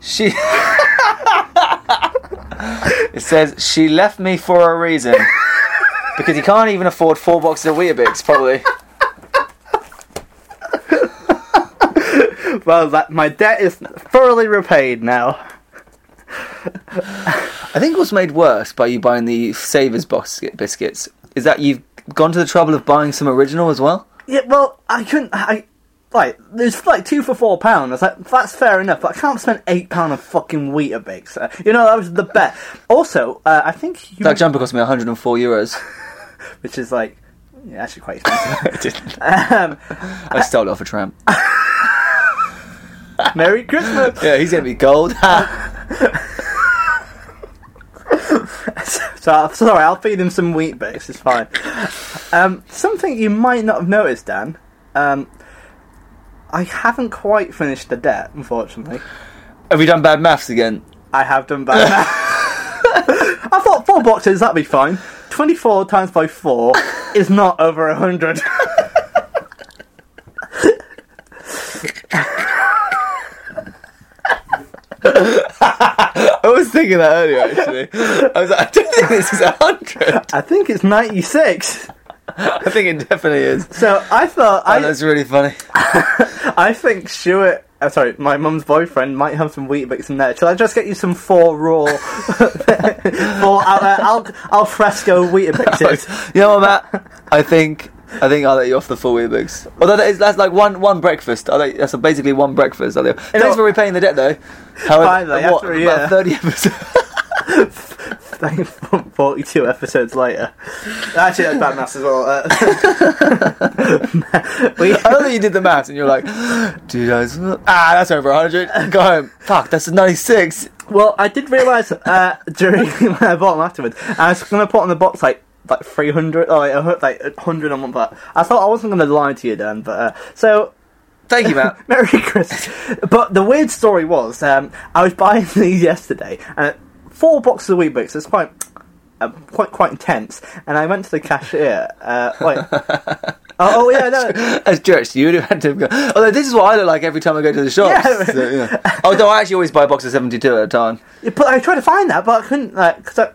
[SPEAKER 2] She. *laughs* it says she left me for a *laughs* reason. Because you can't even afford four boxes of Weetabix, probably.
[SPEAKER 3] Well, that my debt is thoroughly repaid now.
[SPEAKER 2] I think what's made worse by you buying the Savers basket biscuits is that you've gone to the trouble of buying some original as well.
[SPEAKER 3] Yeah, well, I couldn't. I like there's like two for four pound. I was like, that's fair enough, but I can't spend eight pound of fucking Weetabix. Uh, you know, that was the bet. Also, uh, I think you,
[SPEAKER 2] That jumper cost me 104 *laughs* euros.
[SPEAKER 3] which is like yeah, actually quite expensive. *laughs*
[SPEAKER 2] I didn't.
[SPEAKER 3] um,
[SPEAKER 2] I stole it off a tramp.
[SPEAKER 3] Merry Christmas.
[SPEAKER 2] Yeah, he's gonna be *laughs* gold. Ha.
[SPEAKER 3] So I'll- sorry, I'll feed him some wheat bits. It's fine. Um, something you might not have noticed, Dan. Um, I haven't quite finished the debt, unfortunately.
[SPEAKER 2] Have you done bad maths again?
[SPEAKER 3] I have done bad. *laughs* I thought four boxes that'd be fine. Twenty-four times by four *laughs* is not over a hundred.
[SPEAKER 2] I was thinking that earlier. Actually, I was like, I don't think this is 100.
[SPEAKER 3] I think it's ninety-six.
[SPEAKER 2] *laughs* I think it definitely is.
[SPEAKER 3] So I thought
[SPEAKER 2] Oh,
[SPEAKER 3] I,
[SPEAKER 2] that's really funny.
[SPEAKER 3] I think Stuart. Uh, sorry, my mum's boyfriend might have some Weetabix in there. Shall I just get you some four raw, *laughs* four al, uh, al, al fresco *laughs*
[SPEAKER 2] *laughs*
[SPEAKER 3] Weetabixes?
[SPEAKER 2] you know what, Matt? I think I think I'll let you off the full Weetabix. Although that is, that's like one one breakfast. I think that's basically one breakfast. I think. Thanks
[SPEAKER 3] know-
[SPEAKER 2] for repaying the debt, though. However,
[SPEAKER 3] Finally,
[SPEAKER 2] what,
[SPEAKER 3] after a
[SPEAKER 2] about
[SPEAKER 3] year.
[SPEAKER 2] thirty episodes. *laughs*
[SPEAKER 3] Like, Forty-two episodes later. Actually, that's bad maths as well. Uh, we, *laughs*
[SPEAKER 2] I don't think you did the maths, and you're like, *gasps* dude, I was, ah, that's over hundred. Go home. Fuck, that's ninety six.
[SPEAKER 3] well, I did realise uh, *laughs* during when I bought them afterwards, I was going to put on the box like. Like three hundred, or like, a hun- like hundred on one, but I thought I wasn't going to lie to you, Dan. But uh, so
[SPEAKER 2] Thank you, Matt.
[SPEAKER 3] *laughs* Merry Christmas. But the weird story was, um, I was buying *laughs* these yesterday, and four boxes of Weetabix. It's quite, uh, quite, quite intense. And I went to the cashier. Uh, wait. oh, oh, yeah, no.
[SPEAKER 2] As jerks, you would have had to go. Although this is what I look like every time I go to the shop.
[SPEAKER 3] Yeah.
[SPEAKER 2] So, yeah. Although I actually always buy a box of seventy two at a time.
[SPEAKER 3] But I tried to find that, but I couldn't. Like, cause I,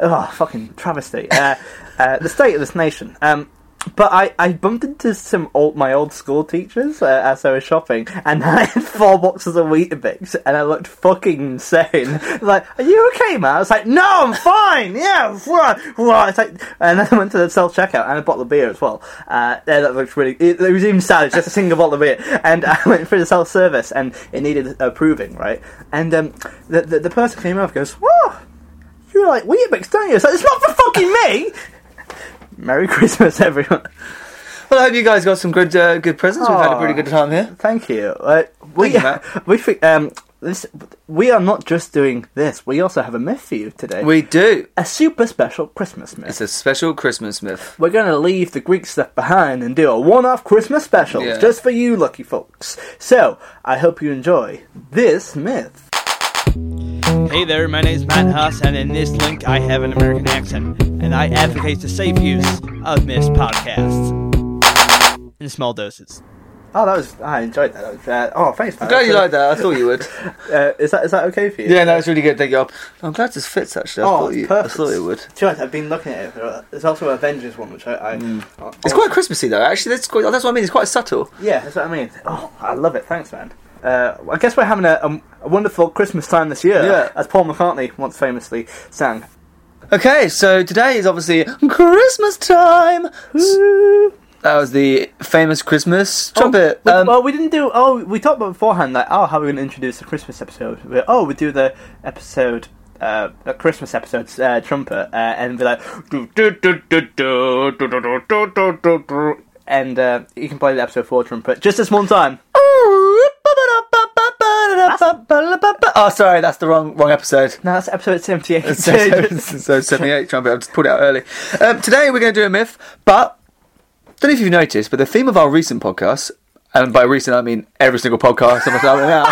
[SPEAKER 3] oh, fucking travesty. Uh, uh, the state of this nation. Um, but I, I bumped into some old my old school teachers uh, as I was shopping, and *laughs* I had four boxes of Weetabix, and I looked fucking insane. *laughs* Like, are you okay, man? I was like, no, I'm fine. Yeah, wha- wha-" it's like, and then I went to the self checkout and a bottle of beer as well. Uh, yeah, that looks really. It, it was even sad, just a single bottle of beer. And *laughs* I went through the self service, and it needed approving, right? And um, the, the the person came over, goes, "Whoa, you like Weetabix, don't you?" It's like, it's not for fucking me. *laughs* Merry Christmas, everyone.
[SPEAKER 2] Well, I hope you guys got some good uh, good presents. We've had a
[SPEAKER 3] Aw.
[SPEAKER 2] pretty good time here.
[SPEAKER 3] Thank you. Uh, *laughs* we
[SPEAKER 2] Thank you, Matt.
[SPEAKER 3] we think, um, this we are not just doing this. We also have a myth for you today.
[SPEAKER 2] We do.
[SPEAKER 3] a super special Christmas myth.
[SPEAKER 2] It's a special Christmas myth.
[SPEAKER 3] We're going to leave the Greek stuff behind and do a one-off Christmas special
[SPEAKER 2] Yeah.
[SPEAKER 3] just for you, lucky folks. So I hope you enjoy this myth.
[SPEAKER 4] Hey there, my name is Matt Huss, and in this link, I have an American accent, and I advocate the safe use of Miss Podcasts in small doses.
[SPEAKER 3] Oh, that was I enjoyed that. That was, uh, oh, thanks.
[SPEAKER 2] I'm glad you like that. I thought you would.
[SPEAKER 3] Uh, is that is that okay for
[SPEAKER 2] *laughs*
[SPEAKER 3] you?
[SPEAKER 2] Yeah, no, it's really good. Thank you. I'm glad this fits actually. I,
[SPEAKER 3] Oh,
[SPEAKER 2] thought,
[SPEAKER 3] it's
[SPEAKER 2] you, I
[SPEAKER 3] perfect.
[SPEAKER 2] thought it would.
[SPEAKER 3] To be honest, I've been looking at it. For, there's also an Avengers one, which I. I I-
[SPEAKER 2] Mm. It's quite Christmassy though. Actually, that's quite, that's what I mean. It's quite subtle.
[SPEAKER 3] Yeah, that's what I mean. Oh, I love it. Thanks, man. Uh, I guess we're having a, a, a wonderful Christmas time this year,
[SPEAKER 2] Yeah.
[SPEAKER 3] as Paul McCartney once famously sang.
[SPEAKER 2] Okay, so today is obviously Christmas time. That was the famous Christmas trumpet.
[SPEAKER 3] Oh, we-
[SPEAKER 2] um,
[SPEAKER 3] well, we didn't do. Oh, we talked about beforehand, like, oh, how are we going to introduce the Christmas episode? We- oh, we do the episode. Uh, a Christmas episode uh, trumpet uh, and be like do, do, do, do, do, do, do, do, do, do, do, do. and uh, you can play the episode 4 trumpet just this one time
[SPEAKER 2] Oh, sorry, that's the wrong wrong episode.
[SPEAKER 3] no that's episode 78 *laughs*
[SPEAKER 2] So, so, so 78 trumpet. I just pulled it out early. Um, today we're going to do a myth, but don't know if you've noticed, but the theme of our recent podcast, and by recent I mean every single podcast on my channel now,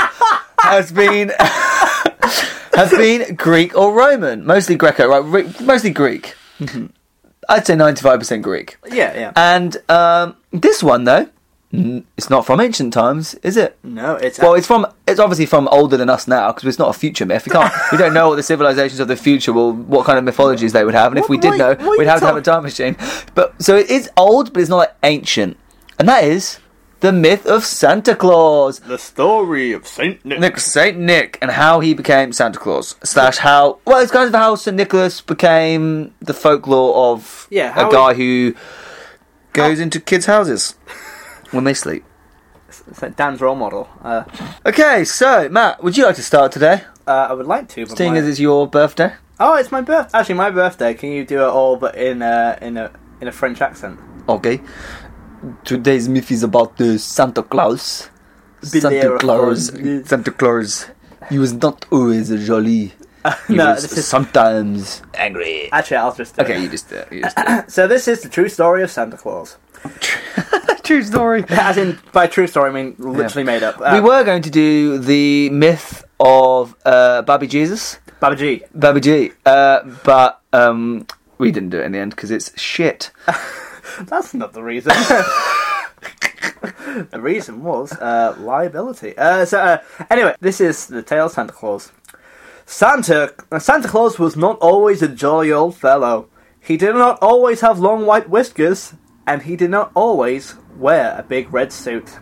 [SPEAKER 2] has been *laughs* has been Greek or Roman, mostly Greco, right? Re- mostly Greek. I'd say 95% Greek.
[SPEAKER 3] yeah yeah
[SPEAKER 2] And um, this one though, n- it's not from ancient times, is it?
[SPEAKER 3] no it's
[SPEAKER 2] Well, it's from it's obviously from older than us now because it's not a future myth. We can't we don't know what the civilizations of the future will what kind of mythologies they would have, and if we
[SPEAKER 3] What-
[SPEAKER 2] did know,
[SPEAKER 3] what- what are
[SPEAKER 2] we'd
[SPEAKER 3] you
[SPEAKER 2] have to have a time machine. But so it is old, but it's not like ancient, and that is the myth of Santa
[SPEAKER 1] *laughs*
[SPEAKER 2] Claus,
[SPEAKER 1] The story of Saint Nick.
[SPEAKER 2] Nick Saint Nick, and how he became Santa Claus slash how well it's kind of how Saint Nicholas became the folklore of
[SPEAKER 3] Yeah,
[SPEAKER 2] a
[SPEAKER 3] how
[SPEAKER 2] guy who goes into kids' houses when they sleep.
[SPEAKER 3] It's like Dan's role model. Uh,
[SPEAKER 2] Okay, so Matt, would you like to start today?
[SPEAKER 3] uh, I would like to. But
[SPEAKER 2] Seeing
[SPEAKER 3] my-
[SPEAKER 2] as it's your birthday.
[SPEAKER 3] oh, it's my birth. Actually, my birthday. Can you do it all, but in a in a in a French accent?
[SPEAKER 2] Okay. Today's myth is about the Santa Claus. Santa
[SPEAKER 3] Belera
[SPEAKER 2] Claus.
[SPEAKER 3] Claus.
[SPEAKER 2] Santa Claus. He was not always jolly. He
[SPEAKER 3] no,
[SPEAKER 2] was
[SPEAKER 3] this is-
[SPEAKER 2] sometimes angry.
[SPEAKER 3] Actually, I'll just. Do
[SPEAKER 2] Okay, you
[SPEAKER 3] It.
[SPEAKER 2] just, uh, you just do
[SPEAKER 3] *laughs*
[SPEAKER 2] it.
[SPEAKER 3] So this is the true story of Santa Claus. *laughs*
[SPEAKER 2] True story.
[SPEAKER 3] As in, by true story, I mean literally made up. Uh,
[SPEAKER 2] we were going to do the myth of uh, Baby Jesus,
[SPEAKER 3] Babaji.
[SPEAKER 2] Baby G, uh, but um, we didn't do it in the end because it's shit.
[SPEAKER 3] That's not the reason. *laughs* the reason was uh, liability. Uh, so uh, anyway, this is the tale of Santa Claus. Santa uh, Santa Claus was not always a jolly old fellow. He did not always have long white whiskers, and he did not always wear a big red suit.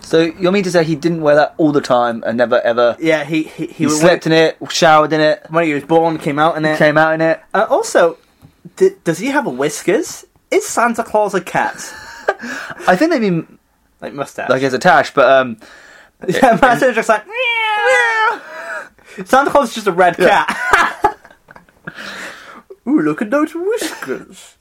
[SPEAKER 2] So you want me to say he didn't wear that all the time and never ever?
[SPEAKER 3] Yeah, he he, he,
[SPEAKER 2] He
[SPEAKER 3] was-
[SPEAKER 2] slept in it, showered in it,
[SPEAKER 3] when he was born, came out in it.
[SPEAKER 2] came out in it.
[SPEAKER 3] Uh, also, d- does he have whiskers? Is Santa Claus a *laughs* cat?
[SPEAKER 2] I think they mean
[SPEAKER 3] Like mustache.
[SPEAKER 2] like as a tash, but um,
[SPEAKER 3] *laughs* Yeah, Matt's just like "Meow." Santa Claus is just a red cat. *laughs* Ooh, look at those whiskers.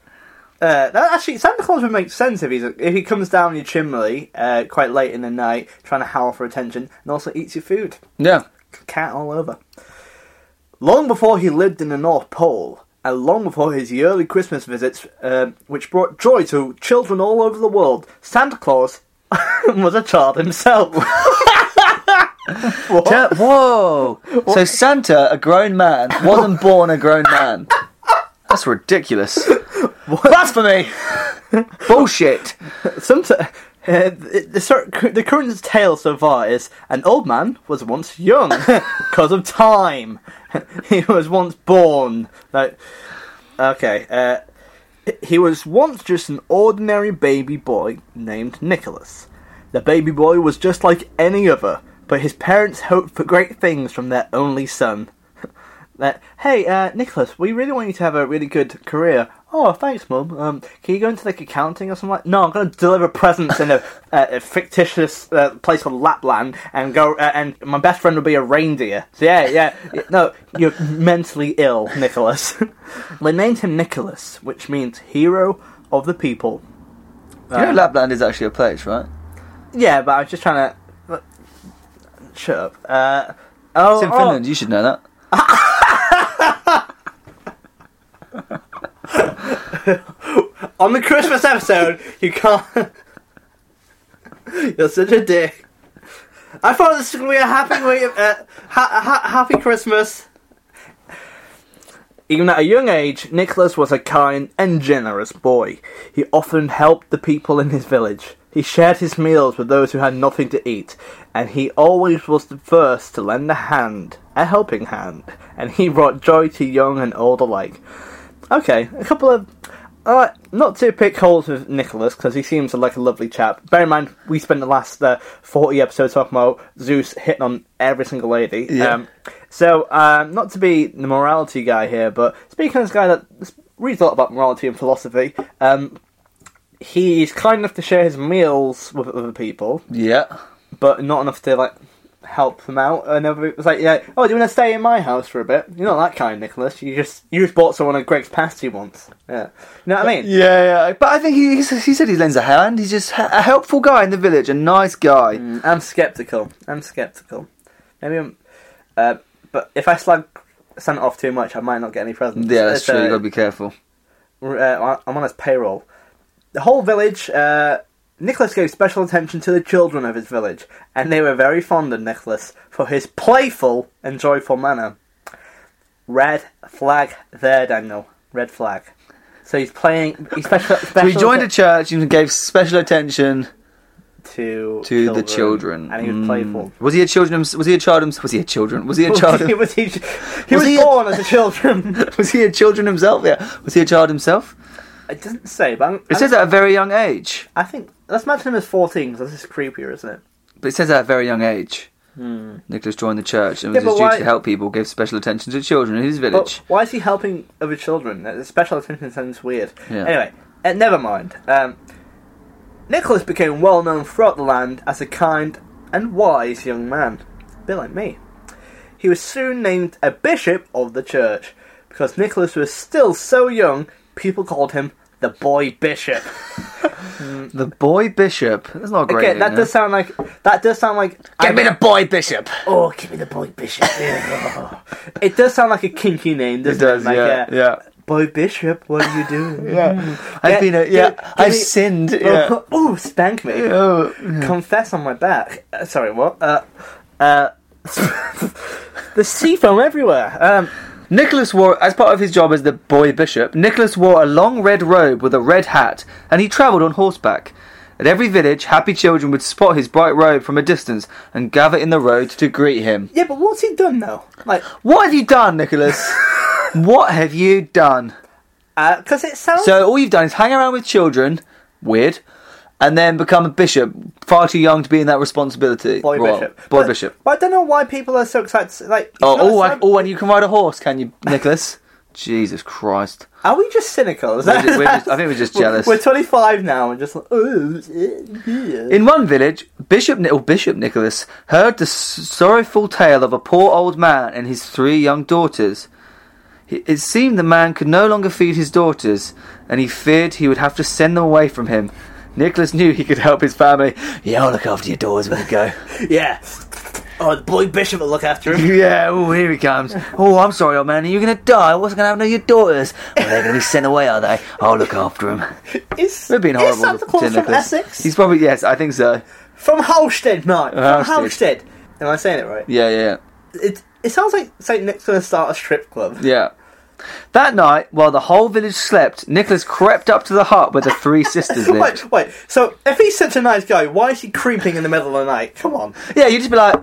[SPEAKER 3] Uh, that actually, Santa Claus would make sense if he's if he comes down your chimney uh, quite late in the night, trying to howl for attention, and also eats your food.
[SPEAKER 2] yeah,
[SPEAKER 3] Cat all over. Long before he lived in the North Pole, and long before his yearly Christmas visits, um, which brought joy to children all over the world, Santa Claus *laughs* was a child himself. *laughs*
[SPEAKER 2] Yeah, *laughs* whoa. So Santa, a grown *laughs* man, wasn't born a grown man. That's ridiculous. Blasphemy. *laughs* Bullshit.
[SPEAKER 3] Some uh, the, the, sort- the current tale so far is an old man was once young because of time. *laughs* he was once born. Like, okay. Uh, he was once just an ordinary baby boy named Nicholas. The baby boy was just like any other, but his parents hoped for great things from their only son. That hey, uh, Nicholas, we really want you to have a really good career. Oh, thanks, mum. Um, can you go into like accounting or something? like No, I'm gonna deliver presents in a, *laughs* uh, a fictitious uh, place called Lapland, and go. Uh, and my best friend will be a reindeer. So yeah, yeah. yeah, *laughs* No, you're mentally ill, Nicholas. *laughs* they named him Nicholas, which means hero of the people.
[SPEAKER 2] You know Lapland is actually a place, right?
[SPEAKER 3] Yeah, but I was just trying to. Shut up. Uh, Oh,
[SPEAKER 2] It's in
[SPEAKER 3] oh.
[SPEAKER 2] Finland. You should know that.
[SPEAKER 3] On the Christmas episode, you can't. *laughs* You're such a dick. I thought this was gonna be a happy week, uh, ha- ha- happy Christmas. Even at a young age, Nicholas was a kind and generous boy. He often helped the people in his village. He shared his meals with those who had nothing to eat, and he always was the first to lend a hand, a helping hand, and he brought joy to young and old alike. Okay, a couple of. Uh, not to pick holes with Nicholas, because he seems like a lovely chap. Bear in mind, we spent the last uh, 40 episodes talking about Zeus hitting on every single lady.
[SPEAKER 2] Yeah.
[SPEAKER 3] Um, so, um, not to be the morality guy here, but speaking as a guy that s- reads a lot about morality and philosophy, um, he's kind enough to share his meals with other people,
[SPEAKER 2] Yeah.
[SPEAKER 3] but not enough to like help them out. And everybody was like, "Yeah, oh, do you want to stay in my house for a bit?" You're not that kind, Nicholas. You just you just bought someone a Greg's pasty once. Yeah, you know what I mean?
[SPEAKER 2] Yeah, yeah. But I think he, he, he said he lends a hand. He's just a a helpful guy in the village, a nice guy.
[SPEAKER 3] I'm skeptical. I'm skeptical. Maybe, I'm, uh, but if I slag Santa off too much, I might not get any presents.
[SPEAKER 2] Yeah, that's
[SPEAKER 3] It's,
[SPEAKER 2] true.
[SPEAKER 3] uh,
[SPEAKER 2] you got to be careful.
[SPEAKER 3] uh, I'm on his payroll. The whole village, uh, Nicholas gave special attention to the children of his village, and they were very fond of Nicholas for his playful and joyful manner. Red flag there, Daniel. Red flag. So he's playing.
[SPEAKER 2] *laughs*
[SPEAKER 3] He's special.
[SPEAKER 2] So
[SPEAKER 3] special
[SPEAKER 2] he joined a
[SPEAKER 3] atten-
[SPEAKER 2] church and gave special attention
[SPEAKER 3] to
[SPEAKER 2] to the children.
[SPEAKER 3] and he was
[SPEAKER 2] Mm.
[SPEAKER 3] playful.
[SPEAKER 2] Was he a children? Was he a child? hims- Was he a children? Was he a child?
[SPEAKER 3] he *laughs* was, he, he was,
[SPEAKER 2] he a-
[SPEAKER 3] born as a children.
[SPEAKER 2] *laughs* was he a children himself? Yeah. Was he a child himself?
[SPEAKER 3] it doesn't say, but I'm,
[SPEAKER 2] It says at a very young age.
[SPEAKER 3] I think let's mention him as 14 because this is creepier, isn't it?
[SPEAKER 2] But it says at a very young age. Nicholas joined the church and was
[SPEAKER 3] Hmm. Yeah, but
[SPEAKER 2] his duty
[SPEAKER 3] why-
[SPEAKER 2] to help people, give special attention to children in his village.
[SPEAKER 3] But why is he helping other children? The special attention sounds weird.
[SPEAKER 2] Yeah.
[SPEAKER 3] Anyway, uh, never mind. Um, Nicholas became well known throughout the land as a kind and wise young man, a bit like me. He was soon named a bishop of the church because Nicholas was still so young. People called him the boy
[SPEAKER 2] *laughs*
[SPEAKER 3] bishop.
[SPEAKER 2] The boy bishop. That's not great.
[SPEAKER 3] Again, that
[SPEAKER 2] you know.
[SPEAKER 3] does sound like that does sound like
[SPEAKER 2] Give me the boy bishop.
[SPEAKER 3] oh, give me the boy
[SPEAKER 2] *laughs*
[SPEAKER 3] bishop. it does sound like a kinky name, doesn't it? Like, uh,
[SPEAKER 2] yeah.
[SPEAKER 3] Boy Bishop, what are you
[SPEAKER 2] *laughs*
[SPEAKER 3] doing?
[SPEAKER 2] I've
[SPEAKER 3] Yeah,
[SPEAKER 2] been a,
[SPEAKER 3] yeah,
[SPEAKER 2] yeah,
[SPEAKER 3] give
[SPEAKER 2] I've
[SPEAKER 3] me- *laughs* Oh.
[SPEAKER 2] sinned. Yeah.
[SPEAKER 3] Ooh, spank me.
[SPEAKER 2] Oh,
[SPEAKER 3] Confess on my back. Uh, sorry, what? Uh, uh, *laughs* the sea foam everywhere. Um,
[SPEAKER 2] Nicholas wore, as part of his job as the boy bishop, Nicholas wore a long red robe with a red hat, and he travelled on horseback. At every village, happy children would spot his bright robe from a distance and gather in the road to greet him.
[SPEAKER 3] yeah, but what's he done though? Like,
[SPEAKER 2] What have you done,
[SPEAKER 3] *laughs*
[SPEAKER 2] Nicholas? what have you done?
[SPEAKER 3] because uh, it sounds.
[SPEAKER 2] So all you've done is hang around with children, weird, and then become a bishop, far too young to be in that responsibility.
[SPEAKER 3] Boy
[SPEAKER 2] Well,
[SPEAKER 3] Bishop.
[SPEAKER 2] Boy
[SPEAKER 3] But-
[SPEAKER 2] bishop.
[SPEAKER 3] But I don't know why people are so excited. Like, it's
[SPEAKER 2] Oh,
[SPEAKER 3] not
[SPEAKER 2] oh,
[SPEAKER 3] a
[SPEAKER 2] I,
[SPEAKER 3] sign-
[SPEAKER 2] oh, and you can ride a horse, can you,
[SPEAKER 3] *laughs*
[SPEAKER 2] Nicholas? Jesus Christ.
[SPEAKER 3] are we just cynical? Is
[SPEAKER 2] We're just- we're
[SPEAKER 3] *laughs*
[SPEAKER 2] just- I think we're just jealous.
[SPEAKER 3] We're, 25 now and just like, oh, yeah.
[SPEAKER 2] In one village, Bishop Ni- oh, Bishop Nicholas heard the s- sorrowful tale of a poor old man and his three young daughters. He- It seemed the man could no longer feed his daughters, and he feared he would have to send them away from him. Nicholas knew he could help his family. Yeah, I'll look after your daughters when we go.
[SPEAKER 3] yeah. Oh, the boy bishop will look after him.
[SPEAKER 2] *laughs* yeah, oh, here he comes. Oh, I'm sorry, old man. Are you going to die? What's going to happen to your daughters? Well, they're going to be sent away, are they? I'll look after them.
[SPEAKER 3] Is,
[SPEAKER 2] We're being horrible
[SPEAKER 3] is Santa
[SPEAKER 2] to
[SPEAKER 3] Claus from
[SPEAKER 2] Nicholas.
[SPEAKER 3] Essex?
[SPEAKER 2] He's probably, yes, I think so.
[SPEAKER 3] From Holstead, Mike.
[SPEAKER 2] Uh,
[SPEAKER 3] From Holstead. Am I saying it right?
[SPEAKER 2] Yeah, yeah, yeah.
[SPEAKER 3] It, it sounds like St. Nick's going to start a strip club.
[SPEAKER 2] Yeah. That night, while the whole village slept, Nicholas crept up to the hut where the three sisters lived.
[SPEAKER 3] *laughs* Wait, wait. So if he's such a nice guy, why is he creeping in the middle of the night? Come on.
[SPEAKER 2] Yeah, you'd just be like,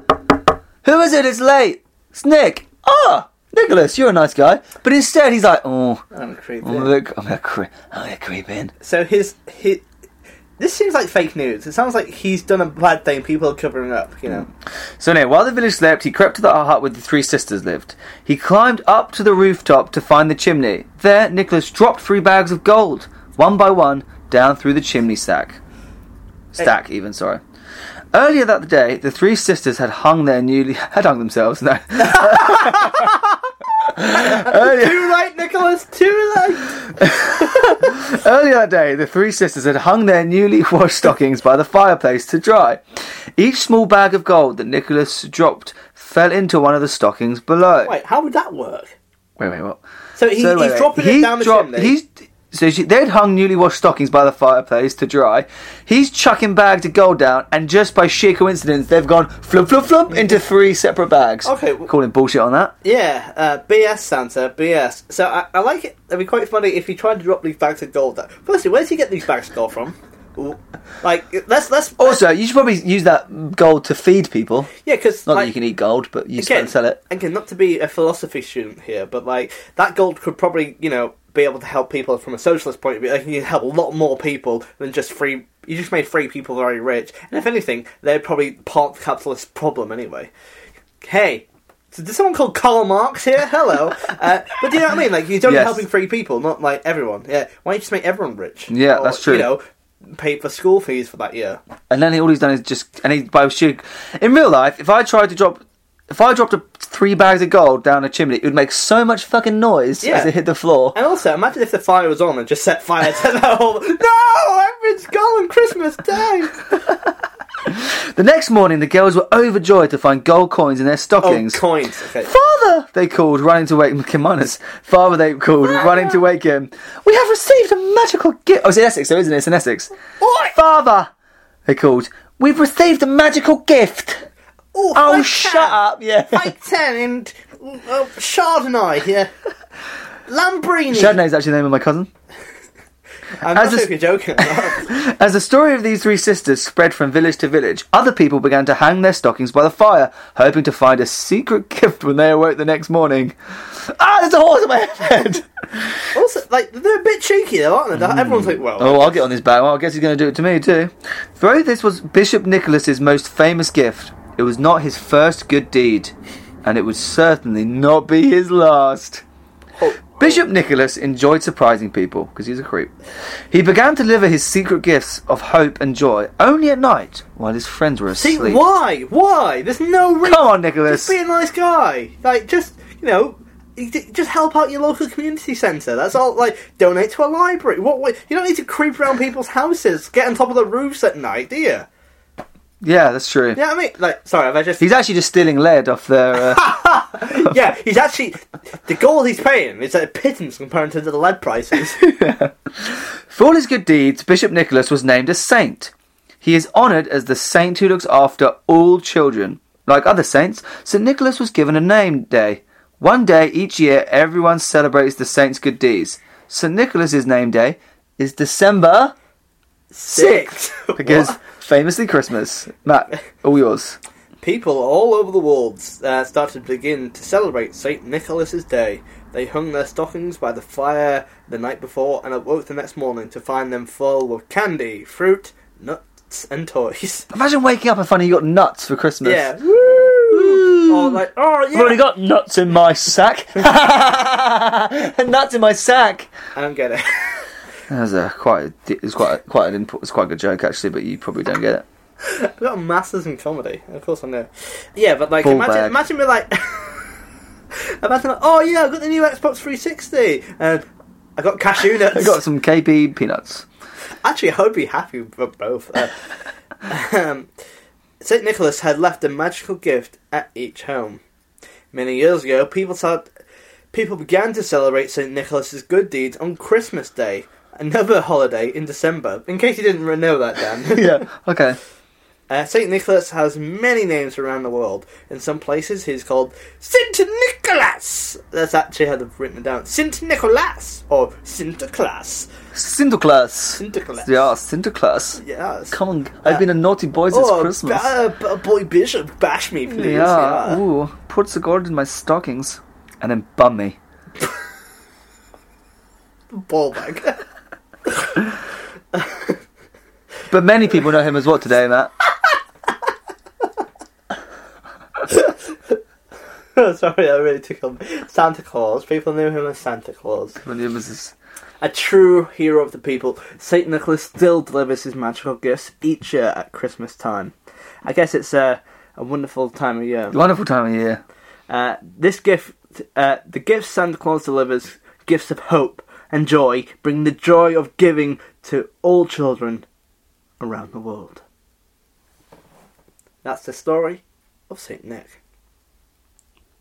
[SPEAKER 2] Who is it? It's late. It's Nick. Ah, Nicholas, you're a nice guy. But instead, he's like, Oh,
[SPEAKER 3] I'm creepy.
[SPEAKER 2] I'm going to cre- I'm gonna creep in.
[SPEAKER 3] So his his. This seems like fake news. It sounds like he's done a bad thing. People are covering up. You know.
[SPEAKER 2] So, anyway, while the village slept, he crept to the hut where the three sisters lived. He climbed up to the rooftop to find the chimney. There, Nicholas dropped three bags of gold, one by one, down through the chimney stack. Stack, even, sorry. Earlier that day, the three sisters had hung their newly. *laughs* had hung themselves, no. earlier,
[SPEAKER 3] Too late, Nicholas. Too late.
[SPEAKER 2] earlier that day, the three sisters had hung their newly *laughs* washed stockings by the fireplace to dry. Each small bag of gold that Nicholas dropped fell into one of the stockings below.
[SPEAKER 3] Wait, how would that work?
[SPEAKER 2] wait, wait what?
[SPEAKER 3] So, he,
[SPEAKER 2] So
[SPEAKER 3] he's
[SPEAKER 2] wait, wait.
[SPEAKER 3] dropping it
[SPEAKER 2] He's
[SPEAKER 3] down the
[SPEAKER 2] dropped-
[SPEAKER 3] chimney.
[SPEAKER 2] He's so she, they'd hung newly washed stockings by the fireplace to dry. He's chucking bags of gold down, and just by sheer coincidence, they've gone flump, flump, flump into three separate bags.
[SPEAKER 3] Okay, well-
[SPEAKER 2] calling bullshit on that.
[SPEAKER 3] Yeah, uh, BS Santa, BS. So I, I like it. It'd be quite funny if he tried to drop these bags of gold. Down. Firstly, where does he get these bags of gold from? Ooh, Like, let's let's
[SPEAKER 2] Also, you should probably use that gold to feed people.
[SPEAKER 3] yeah, because
[SPEAKER 2] Not
[SPEAKER 3] like,
[SPEAKER 2] that you can eat gold, but you
[SPEAKER 3] again,
[SPEAKER 2] can sell it.
[SPEAKER 3] Again, not to be a philosophy student here, but like that gold could probably you know be able to help people from a socialist point of view. Like you can help a lot more people than just free. You just made free people very rich, and if anything, they're probably part of the capitalist problem anyway. Hey. So there's someone called Karl Marx here.
[SPEAKER 2] *laughs*
[SPEAKER 3] Hello, uh, but do you know what I mean? Like you're only
[SPEAKER 2] Yes.
[SPEAKER 3] helping free people, not like everyone. Yeah, why don't you just make everyone rich?
[SPEAKER 2] Yeah, that's true.
[SPEAKER 3] You know, pay for school fees for that year.
[SPEAKER 2] And then he, all he's done is just and he by sheer. In real life, if I tried to drop. If I dropped a, three bags of gold down a chimney, it would make so much fucking noise
[SPEAKER 3] Yeah.
[SPEAKER 2] as it hit the floor.
[SPEAKER 3] And also, imagine if the fire was on and just set fire to the whole. No, everyone's gone on Christmas Day.
[SPEAKER 2] The next morning, the girls were overjoyed to find gold coins in their
[SPEAKER 3] Oh,
[SPEAKER 2] stockings.
[SPEAKER 3] coins. Okay.
[SPEAKER 2] Father! They called, running to wake *laughs* Kimanas. Father, they called, running to wake him. We have received a magical gift. Oh, it's in Essex, though, isn't it? It's in Essex.
[SPEAKER 3] Oi!
[SPEAKER 2] Father! They called, we've received a magical gift.
[SPEAKER 3] Oh,
[SPEAKER 2] Oh,
[SPEAKER 3] fake
[SPEAKER 2] shut
[SPEAKER 3] tan.
[SPEAKER 2] up, yeah.
[SPEAKER 3] Fake ten and uh, Chardonnay here. Lambrini.
[SPEAKER 2] Chardonnay is actually the name of my cousin.
[SPEAKER 3] I'm not
[SPEAKER 2] As
[SPEAKER 3] sure
[SPEAKER 2] a-
[SPEAKER 3] if you're joking. Or
[SPEAKER 2] *laughs*
[SPEAKER 3] not.
[SPEAKER 2] As the story of these three sisters spread from village to village, other people began to hang their stockings by the fire, hoping to find a secret *laughs* gift when they awoke the next morning. Ah, there's a horse on my *laughs* head!
[SPEAKER 3] also, like they're a bit cheeky, though, aren't they? Everyone's like, well,
[SPEAKER 2] Oh, I'll get on this bag. Well, I guess he's going to do it to me too. Though this was Bishop Nicholas's most famous gift, it was not his first good deed, and it would certainly not be his last. Bishop Nicholas enjoyed surprising people because he's a creep. He began to deliver his secret gifts of hope and joy only at night while his friends were
[SPEAKER 3] see,
[SPEAKER 2] asleep.
[SPEAKER 3] why? Why? There's no reason.
[SPEAKER 2] Come on, Nicholas.
[SPEAKER 3] Just be a nice guy. Like, just you know, you d- just help out your local community centre. That's all. Like, donate to a library. What? what you don't need to creep around people's houses, get on top of the roofs at night, do you?
[SPEAKER 2] Yeah, that's true.
[SPEAKER 3] Yeah, I mean, like, sorry, have I just?
[SPEAKER 2] He's actually just stealing lead off their. Uh,
[SPEAKER 3] yeah, he's actually the gold he's paying is a pittance compared to the lead prices.
[SPEAKER 2] For all his good deeds, Bishop Nicholas was named a saint. He is honoured as the saint who looks after all children. Like other saints, St. Nicholas was given a name day. One day each year, everyone celebrates the saint's good deeds. St. Nicholas's name day is December,
[SPEAKER 3] Six.
[SPEAKER 2] because
[SPEAKER 3] What?
[SPEAKER 2] famously Christmas. Matt, all yours.
[SPEAKER 3] People all over the world uh, started to begin to celebrate St. Nicholas's Day. They hung their stockings by the fire the night before and awoke the next morning to find them full of candy, fruit, nuts, and toys. *laughs*
[SPEAKER 2] Imagine waking up and finding you got nuts for Christmas.
[SPEAKER 3] Yeah. Woo! Or like, oh, yeah.
[SPEAKER 2] I've already got nuts in my sack. *laughs* nuts in my sack.
[SPEAKER 3] I don't get it. *laughs*
[SPEAKER 2] That was a quite it's quite quite an input. It's quite a good joke actually, but you probably don't get it.
[SPEAKER 3] I've got masters in comedy. Of course I know. Yeah, but like,
[SPEAKER 2] Ball
[SPEAKER 3] imagine,
[SPEAKER 2] bag.
[SPEAKER 3] imagine me like, *laughs* imagine like, oh yeah, I've got the new Xbox 360 and I got cashew
[SPEAKER 2] *laughs*
[SPEAKER 3] nuts.
[SPEAKER 2] I got some KP peanuts.
[SPEAKER 3] Actually, I would be happy with both. Uh, um, St. Nicholas had left a magical gift at each home. Many years ago, people started, people began to celebrate St. Nicholas's good deeds on Christmas Day, another holiday in December. In case you didn't re- know that,
[SPEAKER 2] *laughs*
[SPEAKER 3] Dan.
[SPEAKER 2] Yeah. Okay.
[SPEAKER 3] Uh, St. Nicholas has many names around the world. In some places, he's called St. Nicholas! That's actually how they've written it down. St. Nicholas! Or Sinterklaas.
[SPEAKER 2] Sinterklaas.
[SPEAKER 3] Sinterklaas.
[SPEAKER 2] Yeah, Sinterklaas.
[SPEAKER 3] Yes.
[SPEAKER 2] Come on, I've been a naughty boy since
[SPEAKER 3] Oh,
[SPEAKER 2] Christmas.
[SPEAKER 3] ba- ba- boy Bishop, bash me, please.
[SPEAKER 2] Yeah. Ooh, puts the gold in my stockings, and then bum me.
[SPEAKER 3] Ball bag. *laughs*
[SPEAKER 2] But many people know him as what today, Matt?
[SPEAKER 3] Sorry, that really tickled me. Santa Claus. People knew him as Santa Claus.
[SPEAKER 2] When he was-
[SPEAKER 3] A true hero of the people, St. Nicholas still delivers his magical gifts each year at Christmas time. I guess it's a, a wonderful time of year.
[SPEAKER 2] Wonderful time of year.
[SPEAKER 3] Uh, this gift, uh, the gifts Santa Claus delivers, gifts of hope and joy, bring the joy of giving to all children around the world. That's the story of Saint Nick.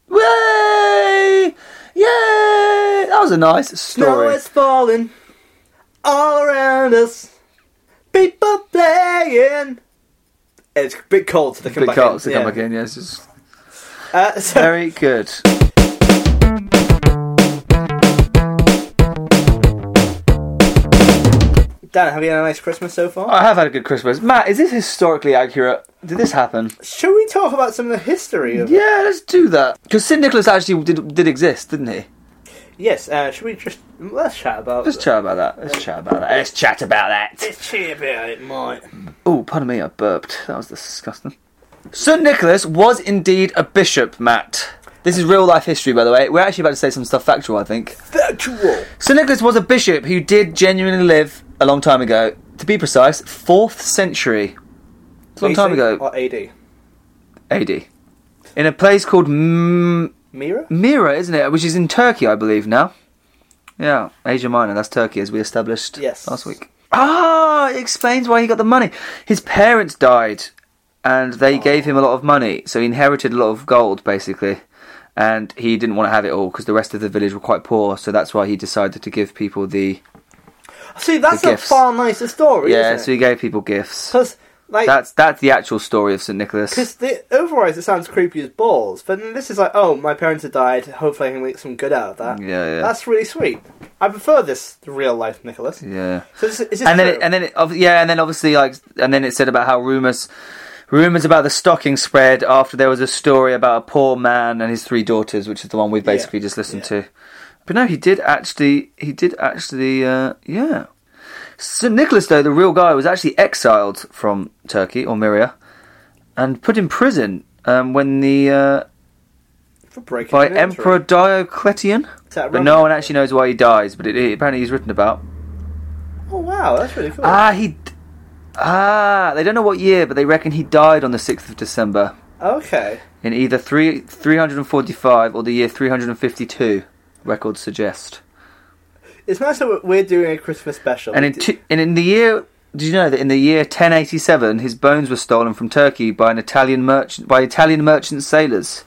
[SPEAKER 2] Way! Yay! That was a nice
[SPEAKER 3] Snow
[SPEAKER 2] story.
[SPEAKER 3] is falling all around us. People playing. It's a bit cold, so they come
[SPEAKER 2] Big
[SPEAKER 3] back
[SPEAKER 2] cards
[SPEAKER 3] in.
[SPEAKER 2] to come
[SPEAKER 3] yeah.
[SPEAKER 2] back in, yes. It's
[SPEAKER 3] Uh, so-
[SPEAKER 2] very good.
[SPEAKER 3] Dan, have you had a nice Christmas so far?
[SPEAKER 2] I have had a good Christmas. Matt, is this historically accurate? Did this happen?
[SPEAKER 3] Should we talk about some of the history of
[SPEAKER 2] Yeah, let's do that. Because St. Nicholas actually did, did exist, didn't he?
[SPEAKER 3] Yes, uh, should we just let's chat about
[SPEAKER 2] Let's chat about that. Let's chat about that. Let's chat about that.
[SPEAKER 3] Let's chat about it, mate.
[SPEAKER 2] Oh, pardon me, I burped. That was disgusting. St. Nicholas was indeed a bishop, Matt. This is real life history, by the way. We're actually about to say some stuff factual, I think.
[SPEAKER 3] Factual.
[SPEAKER 2] St. Nicholas was a bishop who did genuinely live a long time ago. To be precise, 4th century. It's a long time ago,
[SPEAKER 3] Or AD.
[SPEAKER 2] AD. In a place called M-
[SPEAKER 3] Mira?
[SPEAKER 2] Mira, isn't it? Which is in Turkey, I believe, now. Yeah, Asia Minor, that's Turkey, as we established
[SPEAKER 3] Yes.
[SPEAKER 2] last week. Ah, it explains why he got the money. His parents died, and they gave him a lot of money, so he inherited a lot of gold, basically. And he didn't want to have it all because the rest of the village were quite poor, so that's why he decided to give people the.
[SPEAKER 3] See, that's
[SPEAKER 2] The
[SPEAKER 3] a
[SPEAKER 2] gifts.
[SPEAKER 3] far nicer story.
[SPEAKER 2] yeah,
[SPEAKER 3] isn't
[SPEAKER 2] so he gave people gifts.
[SPEAKER 3] because like
[SPEAKER 2] That's that's the actual story of St.
[SPEAKER 3] Because
[SPEAKER 2] Nicholas.
[SPEAKER 3] the otherwise it sounds creepy as balls, but then this is like, oh, my parents have died. Hopefully, I can make some good out of that.
[SPEAKER 2] Yeah, yeah.
[SPEAKER 3] That's really sweet. I prefer this to real life, Nicholas.
[SPEAKER 2] Yeah.
[SPEAKER 3] So this, is this
[SPEAKER 2] and then
[SPEAKER 3] true?
[SPEAKER 2] it, and then it, ob- yeah, and then obviously like and then it said about how rumors rumors about the stocking spread after there was a story about a poor man and his three daughters, which is the one we basically just listened to. But no, he did actually he did actually uh, yeah. St Nicholas though, the real guy, was actually exiled from Turkey or Myria and put in prison um, when the uh,
[SPEAKER 3] For breaking
[SPEAKER 2] by
[SPEAKER 3] and entering.
[SPEAKER 2] Emperor Diocletian.
[SPEAKER 3] Is that
[SPEAKER 2] But
[SPEAKER 3] right?
[SPEAKER 2] no one actually knows why he dies. But it, it apparently he's written about.
[SPEAKER 3] Oh wow, that's really cool.
[SPEAKER 2] Ah, he. d- Ah, they don't know what year, but they reckon he died on the 6th of December
[SPEAKER 3] okay.
[SPEAKER 2] in either three, 345 or the year 352, records suggest.
[SPEAKER 3] It's nice that we're- we're doing a Christmas special.
[SPEAKER 2] And in, two, and in the year. Did you know that in the year 1087, his bones were stolen from Turkey by an Italian merchant by Italian merchant sailors?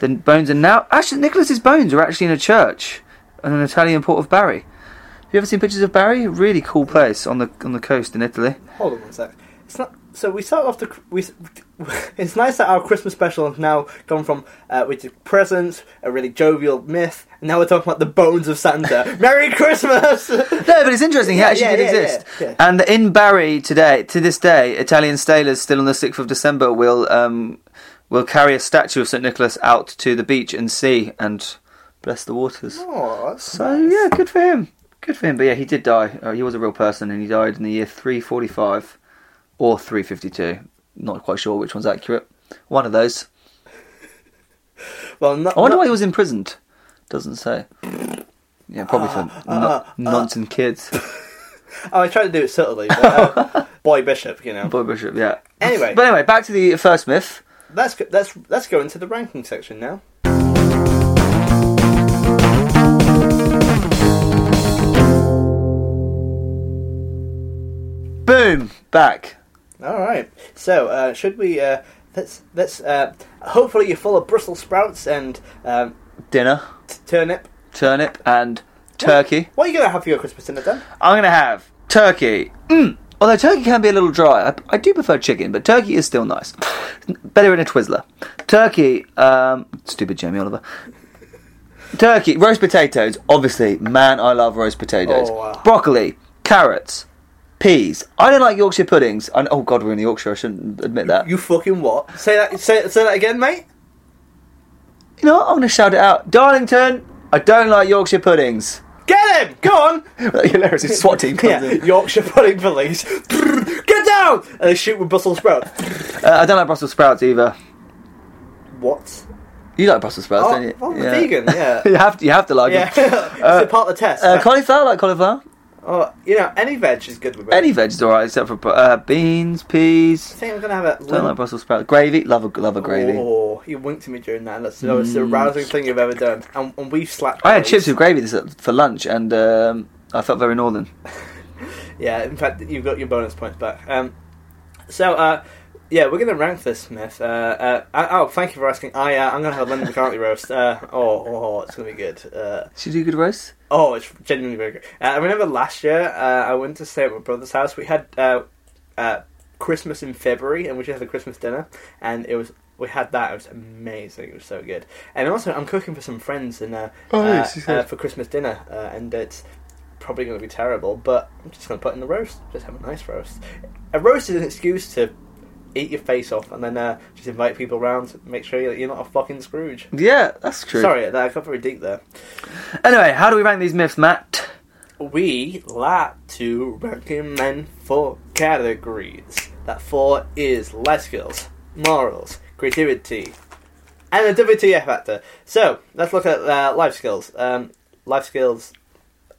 [SPEAKER 2] The bones are now actually Nicholas's bones are actually in a church in an Italian port of Bari. Have you ever seen pictures of Bari? A really cool place on the on the coast in Italy.
[SPEAKER 3] Hold on one sec. It's not. So we start off the. cr- We, *laughs* it's nice that our Christmas special has now gone from uh, we did presents, a really jovial myth, and now we're talking about the bones of Santa. Merry Christmas!
[SPEAKER 2] No, but it's interesting. He
[SPEAKER 3] Yeah,
[SPEAKER 2] actually
[SPEAKER 3] yeah,
[SPEAKER 2] did
[SPEAKER 3] yeah,
[SPEAKER 2] exist.
[SPEAKER 3] yeah, yeah.
[SPEAKER 2] And in Barry today, to this day, Italian sailors still on the sixth of December will um, will carry a statue of Saint Nicholas out to the beach and sea and bless the waters.
[SPEAKER 3] oh, that's
[SPEAKER 2] So yeah, good for him. Good for him. But yeah, he did die. Uh, he was a real person, and he died in the year three forty five or three fifty two. Not quite sure which one's accurate. One of those.
[SPEAKER 3] well. Not,
[SPEAKER 2] I wonder
[SPEAKER 3] not-
[SPEAKER 2] why he was imprisoned. Doesn't say. Yeah, probably
[SPEAKER 3] Uh,
[SPEAKER 2] for no- nonsense kids.
[SPEAKER 3] Oh, I tried to do it subtly. But,
[SPEAKER 2] *laughs*
[SPEAKER 3] uh, boy Bishop, you know.
[SPEAKER 2] Boy Bishop, yeah.
[SPEAKER 3] Anyway.
[SPEAKER 2] But anyway, back to the first myth.
[SPEAKER 3] Let's go, let's let's go into the ranking section now.
[SPEAKER 2] Boom! Back.
[SPEAKER 3] All right. So uh, should we? Uh, let's let's. Uh, hopefully, you're full of Brussels sprouts and um,
[SPEAKER 2] Dinner,
[SPEAKER 3] t- turnip.
[SPEAKER 2] turnip, and turkey.
[SPEAKER 3] What are you gonna have for your Christmas dinner, Dan?
[SPEAKER 2] I'm going to have turkey. Mm. Although turkey can be a little dry. I, I do prefer chicken, but turkey is still nice. Better in a Twizzler. Turkey, um, stupid Jamie Oliver. Turkey, roast potatoes, obviously. Man, I love roast potatoes.
[SPEAKER 3] Oh, wow.
[SPEAKER 2] Broccoli, carrots, peas. I don't like Yorkshire puddings. I, oh, God, we're in Yorkshire. I shouldn't admit that.
[SPEAKER 3] You fucking what? Say that. Say, say that again, mate.
[SPEAKER 2] You know what? I'm going to shout it out. Darlington, I don't like Yorkshire puddings. *laughs*
[SPEAKER 3] Get him! Go on.
[SPEAKER 2] Hilarious. His SWAT team comes
[SPEAKER 3] Yeah,
[SPEAKER 2] in.
[SPEAKER 3] *laughs* Yorkshire pudding police. *laughs* Get down! And they shoot with Brussels sprouts. *laughs*
[SPEAKER 2] Uh, I don't like Brussels sprouts either.
[SPEAKER 3] What?
[SPEAKER 2] You like Brussels sprouts,
[SPEAKER 3] Oh,
[SPEAKER 2] don't you?
[SPEAKER 3] well, I'm vegan, yeah.
[SPEAKER 2] *laughs* you have to. You have to like
[SPEAKER 3] Yeah,
[SPEAKER 2] them.
[SPEAKER 3] *laughs* it's a part of the test.
[SPEAKER 2] Uh, cauliflower, like cauliflower.
[SPEAKER 3] oh, you know, any veg is good with it.
[SPEAKER 2] Any veg is alright except for uh, beans,
[SPEAKER 3] I
[SPEAKER 2] peas.
[SPEAKER 3] think I'm gonna have a
[SPEAKER 2] Don't like Brussels sprouts. Gravy, love a love a gravy. Mm.
[SPEAKER 3] Oh, you winked at me during that. That's the most arousing thing you've ever done. And, and we've slapped.
[SPEAKER 2] I had
[SPEAKER 3] those.
[SPEAKER 2] chips with gravy this, for lunch, and um, I felt very northern.
[SPEAKER 3] Yeah, in fact, you've got your bonus points back. Um, so, uh, Yeah, we're going to rank this myth. Uh, uh, I- oh, thank you for asking. I, uh, I'm going to have a Linda McCartney roast. Uh, oh, oh, it's going to be good. Uh,
[SPEAKER 2] Should you do a good roast?
[SPEAKER 3] oh, it's genuinely very good. Uh, I remember last year, uh, I went to stay at my brother's house. We had uh, uh, Christmas in February, and we just had a Christmas dinner, and it was. We had that. It was amazing. It was so good. And also, I'm cooking for some friends and uh,
[SPEAKER 2] Oh,
[SPEAKER 3] uh,
[SPEAKER 2] yes, you said.
[SPEAKER 3] uh, for Christmas dinner, uh, and it's probably going to be terrible. But I'm just going to put in the roast. Just have a nice roast. A roast is an excuse to eat your face off, and then uh, just invite people around. Make sure that you're not a fucking Scrooge.
[SPEAKER 2] Yeah, that's true.
[SPEAKER 3] Sorry, that got very deep there.
[SPEAKER 2] Anyway, how do we rank these myths, Matt?
[SPEAKER 3] We like to recommend four categories. That four is life skills, morals, creativity, and the WTF factor. So let's look at uh, life skills. Um, life skills.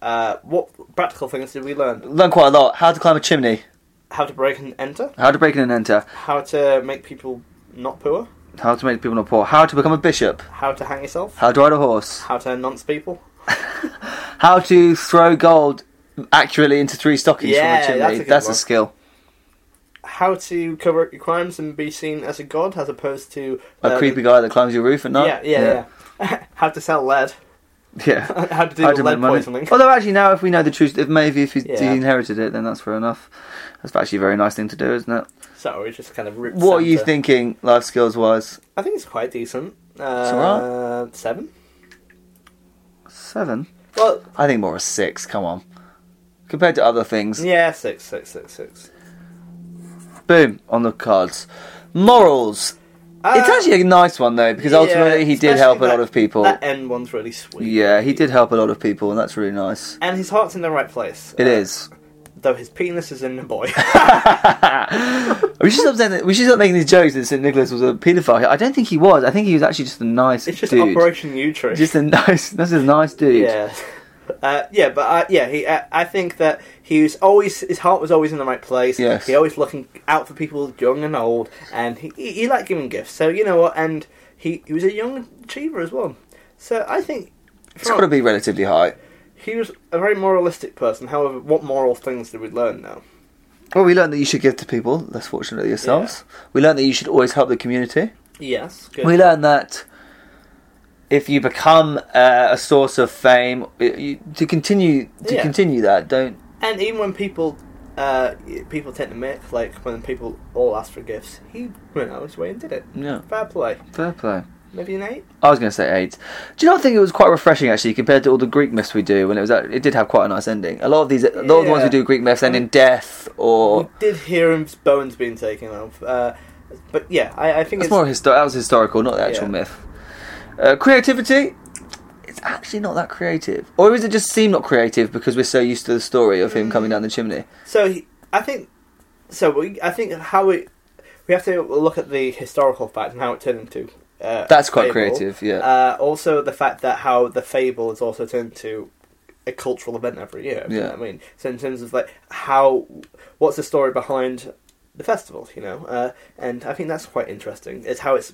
[SPEAKER 3] Uh, what practical things did we learn?
[SPEAKER 2] Learn quite a lot. How to climb a chimney.
[SPEAKER 3] How to break and enter.
[SPEAKER 2] How to break in and enter.
[SPEAKER 3] How to make people not poor.
[SPEAKER 2] How to make people not poor. How to become a bishop.
[SPEAKER 3] How to hang yourself.
[SPEAKER 2] How to ride a horse.
[SPEAKER 3] How to nonce people.
[SPEAKER 2] How to throw gold accurately into three stockings
[SPEAKER 3] Yeah,
[SPEAKER 2] from a
[SPEAKER 3] that's a
[SPEAKER 2] chimney.
[SPEAKER 3] good
[SPEAKER 2] That's a,
[SPEAKER 3] one.
[SPEAKER 2] skill.
[SPEAKER 3] How to cover up your crimes and be seen as a god, as opposed to
[SPEAKER 2] A
[SPEAKER 3] uh,
[SPEAKER 2] creepy guy that climbs your roof at
[SPEAKER 3] Yeah,
[SPEAKER 2] night.
[SPEAKER 3] yeah, yeah. *laughs* how to sell lead.
[SPEAKER 2] Yeah. *laughs*
[SPEAKER 3] *laughs* How to do
[SPEAKER 2] How
[SPEAKER 3] the
[SPEAKER 2] to
[SPEAKER 3] lead
[SPEAKER 2] make money.
[SPEAKER 3] poisoning.
[SPEAKER 2] Although actually now, if we know the truth, if maybe if he,
[SPEAKER 3] Yeah.
[SPEAKER 2] he inherited it, then that's fair enough. That's actually a very nice thing to do, isn't it?
[SPEAKER 3] Sorry, it's just kind of ripped.
[SPEAKER 2] What are you
[SPEAKER 3] centre.
[SPEAKER 2] thinking, life skills wise?
[SPEAKER 3] I think it's quite decent.
[SPEAKER 2] all
[SPEAKER 3] Uh, Seven.
[SPEAKER 2] Seven.
[SPEAKER 3] Well,
[SPEAKER 2] I think more a six. Come on. Compared to other things,
[SPEAKER 3] yeah, six, six, six, six.
[SPEAKER 2] boom on the cards. Morals.
[SPEAKER 3] Uh,
[SPEAKER 2] it's actually a nice one though, because
[SPEAKER 3] yeah,
[SPEAKER 2] ultimately he did
[SPEAKER 3] especially
[SPEAKER 2] help a
[SPEAKER 3] that-
[SPEAKER 2] lot of people.
[SPEAKER 3] That end one's really sweet.
[SPEAKER 2] yeah, he did help a lot of people, and that's really nice.
[SPEAKER 3] And his heart's in the right place.
[SPEAKER 2] It
[SPEAKER 3] Uh,
[SPEAKER 2] is.
[SPEAKER 3] Though his penis is in the boy. *laughs*
[SPEAKER 2] We should stop saying that, we should stop making these jokes that St Nicholas was a paedophile. I don't think he was. I think he was actually just a nice
[SPEAKER 3] it's just
[SPEAKER 2] dude.
[SPEAKER 3] Operation U-Tree.
[SPEAKER 2] Just a nice. That's a nice dude.
[SPEAKER 3] Yeah. Uh, yeah, but uh, yeah, he. Uh, I think that he was always his heart was always in the right place.
[SPEAKER 2] Yes.
[SPEAKER 3] he always looking out for people, young and old, and he he, he liked giving gifts. So you know what, and he he was a young achiever as well. So I think
[SPEAKER 2] It's got to be relatively high.
[SPEAKER 3] he was a very moralistic person. However, what moral things did we learn now?
[SPEAKER 2] Well, we learned that you should give to people less fortunate than yourselves. We learned that you should always help the community.
[SPEAKER 3] Yes, good.
[SPEAKER 2] We learned that if you become uh, a source of fame, it- you, to continue to
[SPEAKER 3] Yeah.
[SPEAKER 2] continue that, don't.
[SPEAKER 3] and even when people. Uh, people tend to make like when people all ask for gifts. He went out his way and did it.
[SPEAKER 2] Yeah,
[SPEAKER 3] Fair play.
[SPEAKER 2] fair play.
[SPEAKER 3] Maybe an eight.
[SPEAKER 2] I was going to say eight. Do you not think it was quite refreshing actually compared to all the Greek myths we do? When it was, act- it did have quite a nice ending. A lot of these, a lot of the ones
[SPEAKER 3] Yeah.
[SPEAKER 2] we do Greek myths end in death
[SPEAKER 3] We
[SPEAKER 2] or.
[SPEAKER 3] did hear his bones being taken off. Uh, but yeah, I, I think
[SPEAKER 2] That's
[SPEAKER 3] it's
[SPEAKER 2] more histo- that was historical, not the actual
[SPEAKER 3] Yeah.
[SPEAKER 2] myth. Uh, creativity. It's actually not that creative, or is it just seem not creative because we're so used to the story of him
[SPEAKER 3] Mm.
[SPEAKER 2] coming down the chimney?
[SPEAKER 3] so. He, I think so. We, I think how we we have to look at the historical fact and how it turned into. Uh,
[SPEAKER 2] That's quite
[SPEAKER 3] fable.
[SPEAKER 2] creative, yeah.
[SPEAKER 3] Uh, also, the fact that how the fable is also turned into a cultural event every year. You know
[SPEAKER 2] Yeah.
[SPEAKER 3] what I mean, so in terms of like how, what's the story behind the festival? You know, uh, and I think that's quite interesting. Is how it's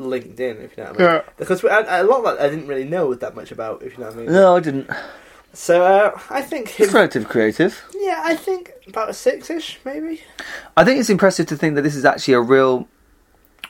[SPEAKER 3] linked in, if you know what I mean.
[SPEAKER 1] Yeah.
[SPEAKER 3] Because we, I, a lot of that I didn't really know that much about, if you know what I mean.
[SPEAKER 2] No, I didn't.
[SPEAKER 3] So uh, I think
[SPEAKER 2] It's
[SPEAKER 3] his,
[SPEAKER 2] relative creative.
[SPEAKER 3] yeah, I think about a six-ish maybe.
[SPEAKER 2] I think it's impressive to think that this is actually a real, a,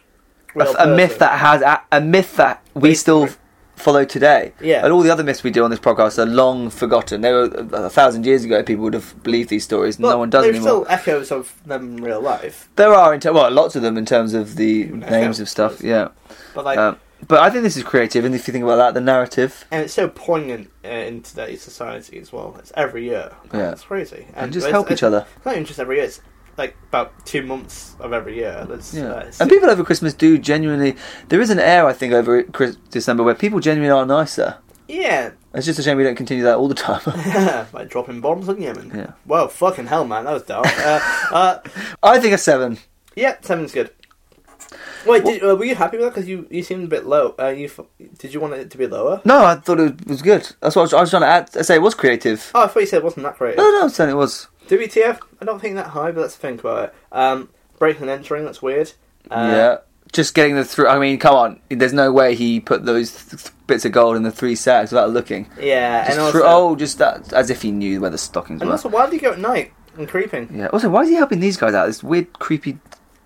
[SPEAKER 3] Well,
[SPEAKER 2] a myth
[SPEAKER 3] person.
[SPEAKER 2] that has a, a myth that we still f- follow today.
[SPEAKER 3] Yeah.
[SPEAKER 2] and all the other myths we do on this podcast are long forgotten. They were uh, a, a thousand years ago. People would have believed these stories. and
[SPEAKER 3] Well,
[SPEAKER 2] no one does
[SPEAKER 3] There's
[SPEAKER 2] anymore.
[SPEAKER 3] still echoes of them in real life,
[SPEAKER 2] There are in ter- well, lots of them in terms of the names of stuff. Yeah,
[SPEAKER 3] but like,
[SPEAKER 2] um, but I think this is creative, and if you think about that, the narrative.
[SPEAKER 3] and it's so poignant uh, in today's society as well. It's every year.
[SPEAKER 2] Yeah.
[SPEAKER 3] it's crazy. And,
[SPEAKER 2] just
[SPEAKER 3] it's-
[SPEAKER 2] help each
[SPEAKER 3] it's-
[SPEAKER 2] other.
[SPEAKER 3] It's not even just every year. It's like about two months of every year. That's
[SPEAKER 2] Yeah,
[SPEAKER 3] uh, it's-
[SPEAKER 2] and people over Christmas do genuinely. There is an air, I think, over Chris- December where people genuinely are nicer.
[SPEAKER 3] yeah, *laughs*
[SPEAKER 2] It's just a shame we don't continue that all the time. *laughs*
[SPEAKER 3] like dropping bombs on Yemen.
[SPEAKER 2] Yeah.
[SPEAKER 3] Well, fucking hell, man, that was dark. uh, *laughs* uh,
[SPEAKER 2] I think a seven.
[SPEAKER 3] yeah, seven's good. Wait, did, uh, were you happy with that? Because you, you seemed a bit low. Uh, you f- did you want it to be lower?
[SPEAKER 2] No, I thought it was good. That's what I was, I was trying to add. I say it was creative.
[SPEAKER 3] Oh, I thought you said it wasn't that great.
[SPEAKER 2] No, no, I'm saying it was.
[SPEAKER 3] WTF? I don't think that high, but let's think about it. Um, breaking and entering, that's weird. Uh,
[SPEAKER 2] yeah, just getting the through. I mean, come on. There's no way he put those th- th- bits of gold in the three sacks without looking.
[SPEAKER 3] Yeah,
[SPEAKER 2] Just
[SPEAKER 3] and also,
[SPEAKER 2] thro- oh, just that as if he knew where the stockings
[SPEAKER 3] and
[SPEAKER 2] were.
[SPEAKER 3] also, why do you go at night and creeping?
[SPEAKER 2] Yeah. Also, why is he helping these guys out? This weird, creepy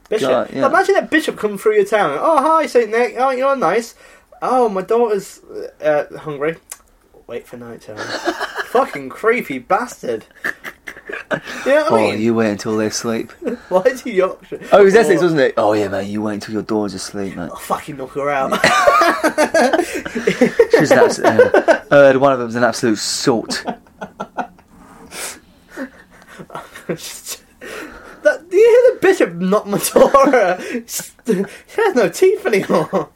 [SPEAKER 3] Bishop.
[SPEAKER 2] God, yeah.
[SPEAKER 3] Imagine a bishop coming through your town. Oh, hi, Saint Nick. Oh, you're nice. Oh, my daughter's uh, hungry. Wait for
[SPEAKER 2] *laughs*
[SPEAKER 3] night time. Fucking creepy bastard. You know what
[SPEAKER 2] Oh,
[SPEAKER 3] I mean?
[SPEAKER 2] you wait until they
[SPEAKER 3] *laughs*
[SPEAKER 2] sleep.
[SPEAKER 3] Why do you Yorkshire?
[SPEAKER 2] Oh, it was Essex,
[SPEAKER 3] Or-
[SPEAKER 2] wasn't it? Oh yeah, man. You wait until your daughter's asleep, man.
[SPEAKER 3] I'll fucking knock
[SPEAKER 2] *laughs*
[SPEAKER 3] her out.
[SPEAKER 2] She's an absolute.
[SPEAKER 3] *laughs*
[SPEAKER 2] Uh, uh, one of them's an absolute salt.
[SPEAKER 3] that, do you hear the bishop knock my daughter? *laughs* she has no teeth anymore.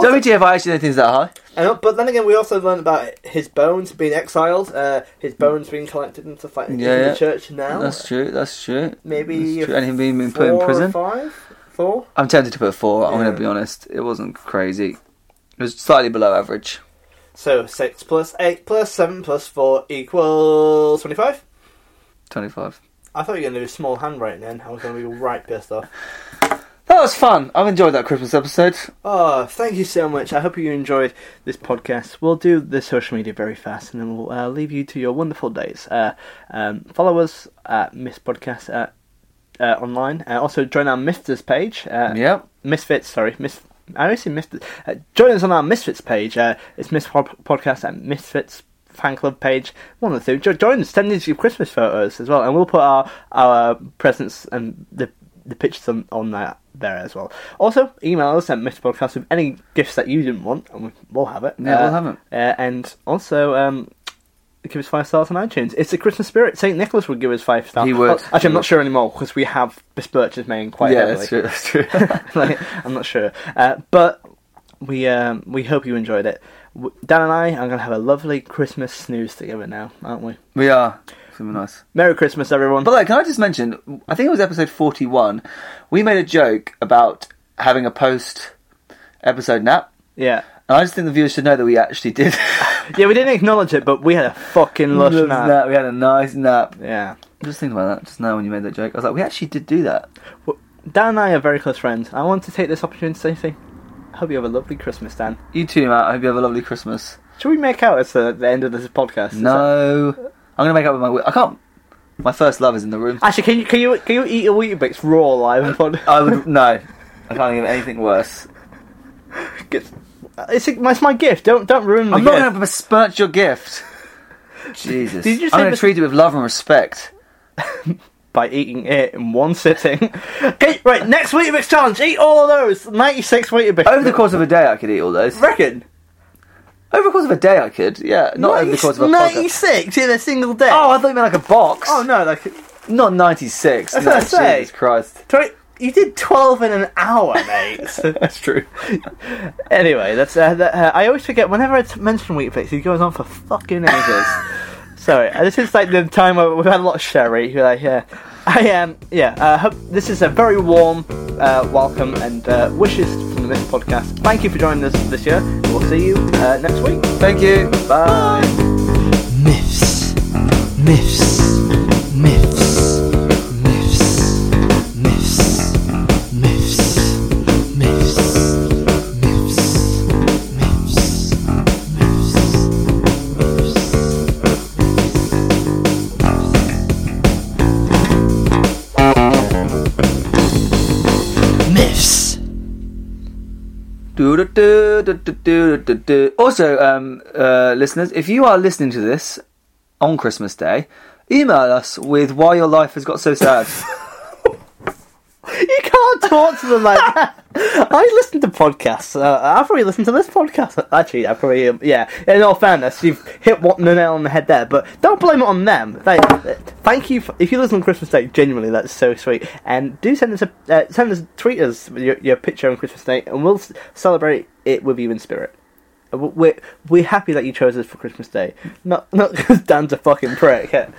[SPEAKER 2] WTF? I actually don't think it's that high.
[SPEAKER 3] And, but then again, we also learned about his bones being exiled, uh, his bones being collected and stuff like that
[SPEAKER 2] Yeah,
[SPEAKER 3] in
[SPEAKER 2] yeah.
[SPEAKER 3] the church now.
[SPEAKER 2] That's true. That's true.
[SPEAKER 3] Maybe
[SPEAKER 2] That's true. and him being
[SPEAKER 3] four
[SPEAKER 2] put in
[SPEAKER 3] Or
[SPEAKER 2] prison.
[SPEAKER 3] five? Four?
[SPEAKER 2] I'm tempted to put a four. I'm
[SPEAKER 3] Yeah.
[SPEAKER 2] going to be honest. It wasn't crazy. It was slightly below average.
[SPEAKER 3] So six plus eight plus seven plus four equals twenty-five.
[SPEAKER 2] Twenty-five.
[SPEAKER 3] I thought you were going to do small handwriting then. I was going to be right pissed off.
[SPEAKER 2] That was fun. I've enjoyed that Christmas episode.
[SPEAKER 3] Oh, thank you so much. I hope you enjoyed this podcast. We'll do the social media very fast and then we'll uh, leave you to your wonderful days. Uh, um, follow us at Miss Podcast uh, uh, online. Uh, also, join our Misfits page. Uh,
[SPEAKER 2] Yep.
[SPEAKER 3] Misfits, sorry. Mis- I always say Misfits. Uh, join us on our Misfits page. Uh, it's Miss Pod- Podcast at Misfits fan club page. One of the two. Jo- join us. Send us your Christmas photos as well. And we'll put our, our presents and the the pictures on, on that there as well. Also, email us at Mr. Podcast with any gifts that you didn't want, and we- we'll have it.
[SPEAKER 2] Yeah, we'll have 'em.
[SPEAKER 3] Uh, and also, um, give us five stars on iTunes. It's the Christmas spirit. St. Nicholas would give us five stars.
[SPEAKER 2] He would.
[SPEAKER 3] Oh, actually, I'm not sure anymore because we have besmirched his name quite
[SPEAKER 2] yeah,
[SPEAKER 3] heavily.
[SPEAKER 2] that's true. That's true.
[SPEAKER 3] *laughs* Like, I'm not sure, uh, but we um, we hope you enjoyed it. W- Dan and I are going to have a lovely Christmas snooze together now, aren't we?
[SPEAKER 2] we are. It's gonna be nice.
[SPEAKER 3] Merry Christmas, everyone.
[SPEAKER 2] But like, can I just mention? I think it was episode forty-one. We made a joke about having a post-episode nap,
[SPEAKER 3] Yeah,
[SPEAKER 2] and I just think the viewers should know that we actually *laughs* did.
[SPEAKER 3] yeah. We didn't acknowledge it, but we had a fucking lush
[SPEAKER 2] Loved
[SPEAKER 3] nap.
[SPEAKER 2] nap. We had a nice nap.
[SPEAKER 3] Yeah.
[SPEAKER 2] Just thinking about that just now when you made that joke, I was like, we actually did do that.
[SPEAKER 3] Dan and I are very close friends. I want to take this opportunity to say, I hope you have a lovely Christmas, Dan.
[SPEAKER 2] You too, Matt. I hope you have a lovely Christmas.
[SPEAKER 3] Should we make out at the, the end of this podcast? Is that-
[SPEAKER 2] No, I'm gonna make up with my. wi- I can't. My first love is in the room.
[SPEAKER 3] Actually, can you can you can you eat your Weetabix raw live on pod?
[SPEAKER 2] I would no. I can't think of anything worse.
[SPEAKER 3] it's, it's my gift. Don't don't ruin my
[SPEAKER 2] I'm not
[SPEAKER 3] gift.
[SPEAKER 2] going to besmirch your gift. Jesus,
[SPEAKER 3] Did you say
[SPEAKER 2] I'm going to
[SPEAKER 3] bes-
[SPEAKER 2] treat it with love and respect.
[SPEAKER 3] by eating it in one sitting. *laughs* okay, right. Next Weetabix challenge. Eat all of those. Ninety-six *laughs* Weetabix.
[SPEAKER 2] Over the course of a day, I could eat all those.
[SPEAKER 3] reckon.
[SPEAKER 2] Over the course of a day, I could. Yeah, not over the course of a podcast.
[SPEAKER 3] ninety-six in a single day.
[SPEAKER 2] Oh, I thought you meant like a box.
[SPEAKER 3] Oh, no, like
[SPEAKER 2] not 96.
[SPEAKER 3] That's
[SPEAKER 2] no,
[SPEAKER 3] what I say.
[SPEAKER 2] Jesus Christ.
[SPEAKER 3] tw- you did twelve in an
[SPEAKER 2] *laughs*
[SPEAKER 3] hour, mate.
[SPEAKER 2] That's true.
[SPEAKER 3] Anyway, that's uh, that, uh, I always forget whenever I t- mention Wheatfix, he goes on for
[SPEAKER 2] *laughs*
[SPEAKER 3] fucking ages. Sorry, uh, this is like the time where we've had a lot of sherry. You're like, yeah, I am. Um, yeah, uh, hope this is a very warm uh, welcome and uh, wishes from this podcast. Thank you for joining us this year. We'll see you uh, next week.
[SPEAKER 2] Thank you. Bye.
[SPEAKER 4] Myths. Myths. Myths. Myths. Myths. Myths. Myths. Myths. Myths. Myths. Myths.
[SPEAKER 2] Do-do-do-do-do-do-do-do. Also, um, uh, listeners, if you are listening to this on Christmas Day, email us with why your life has got so sad.
[SPEAKER 3] You can't talk to them like that. I listen to podcasts. Uh, I probably listen to this podcast. Actually, I probably um, yeah. In all fairness, you've hit what the nail on the head there. But don't blame it on them. They, thank you. For, if you listen on Christmas Day, genuinely, that's so sweet. And do send us a uh, send us tweet us with your, your picture on Christmas Day, and we'll s- celebrate it with you in spirit. Uh, w- We're we're happy that you chose us for Christmas Day. Not not because Dan's a fucking prick.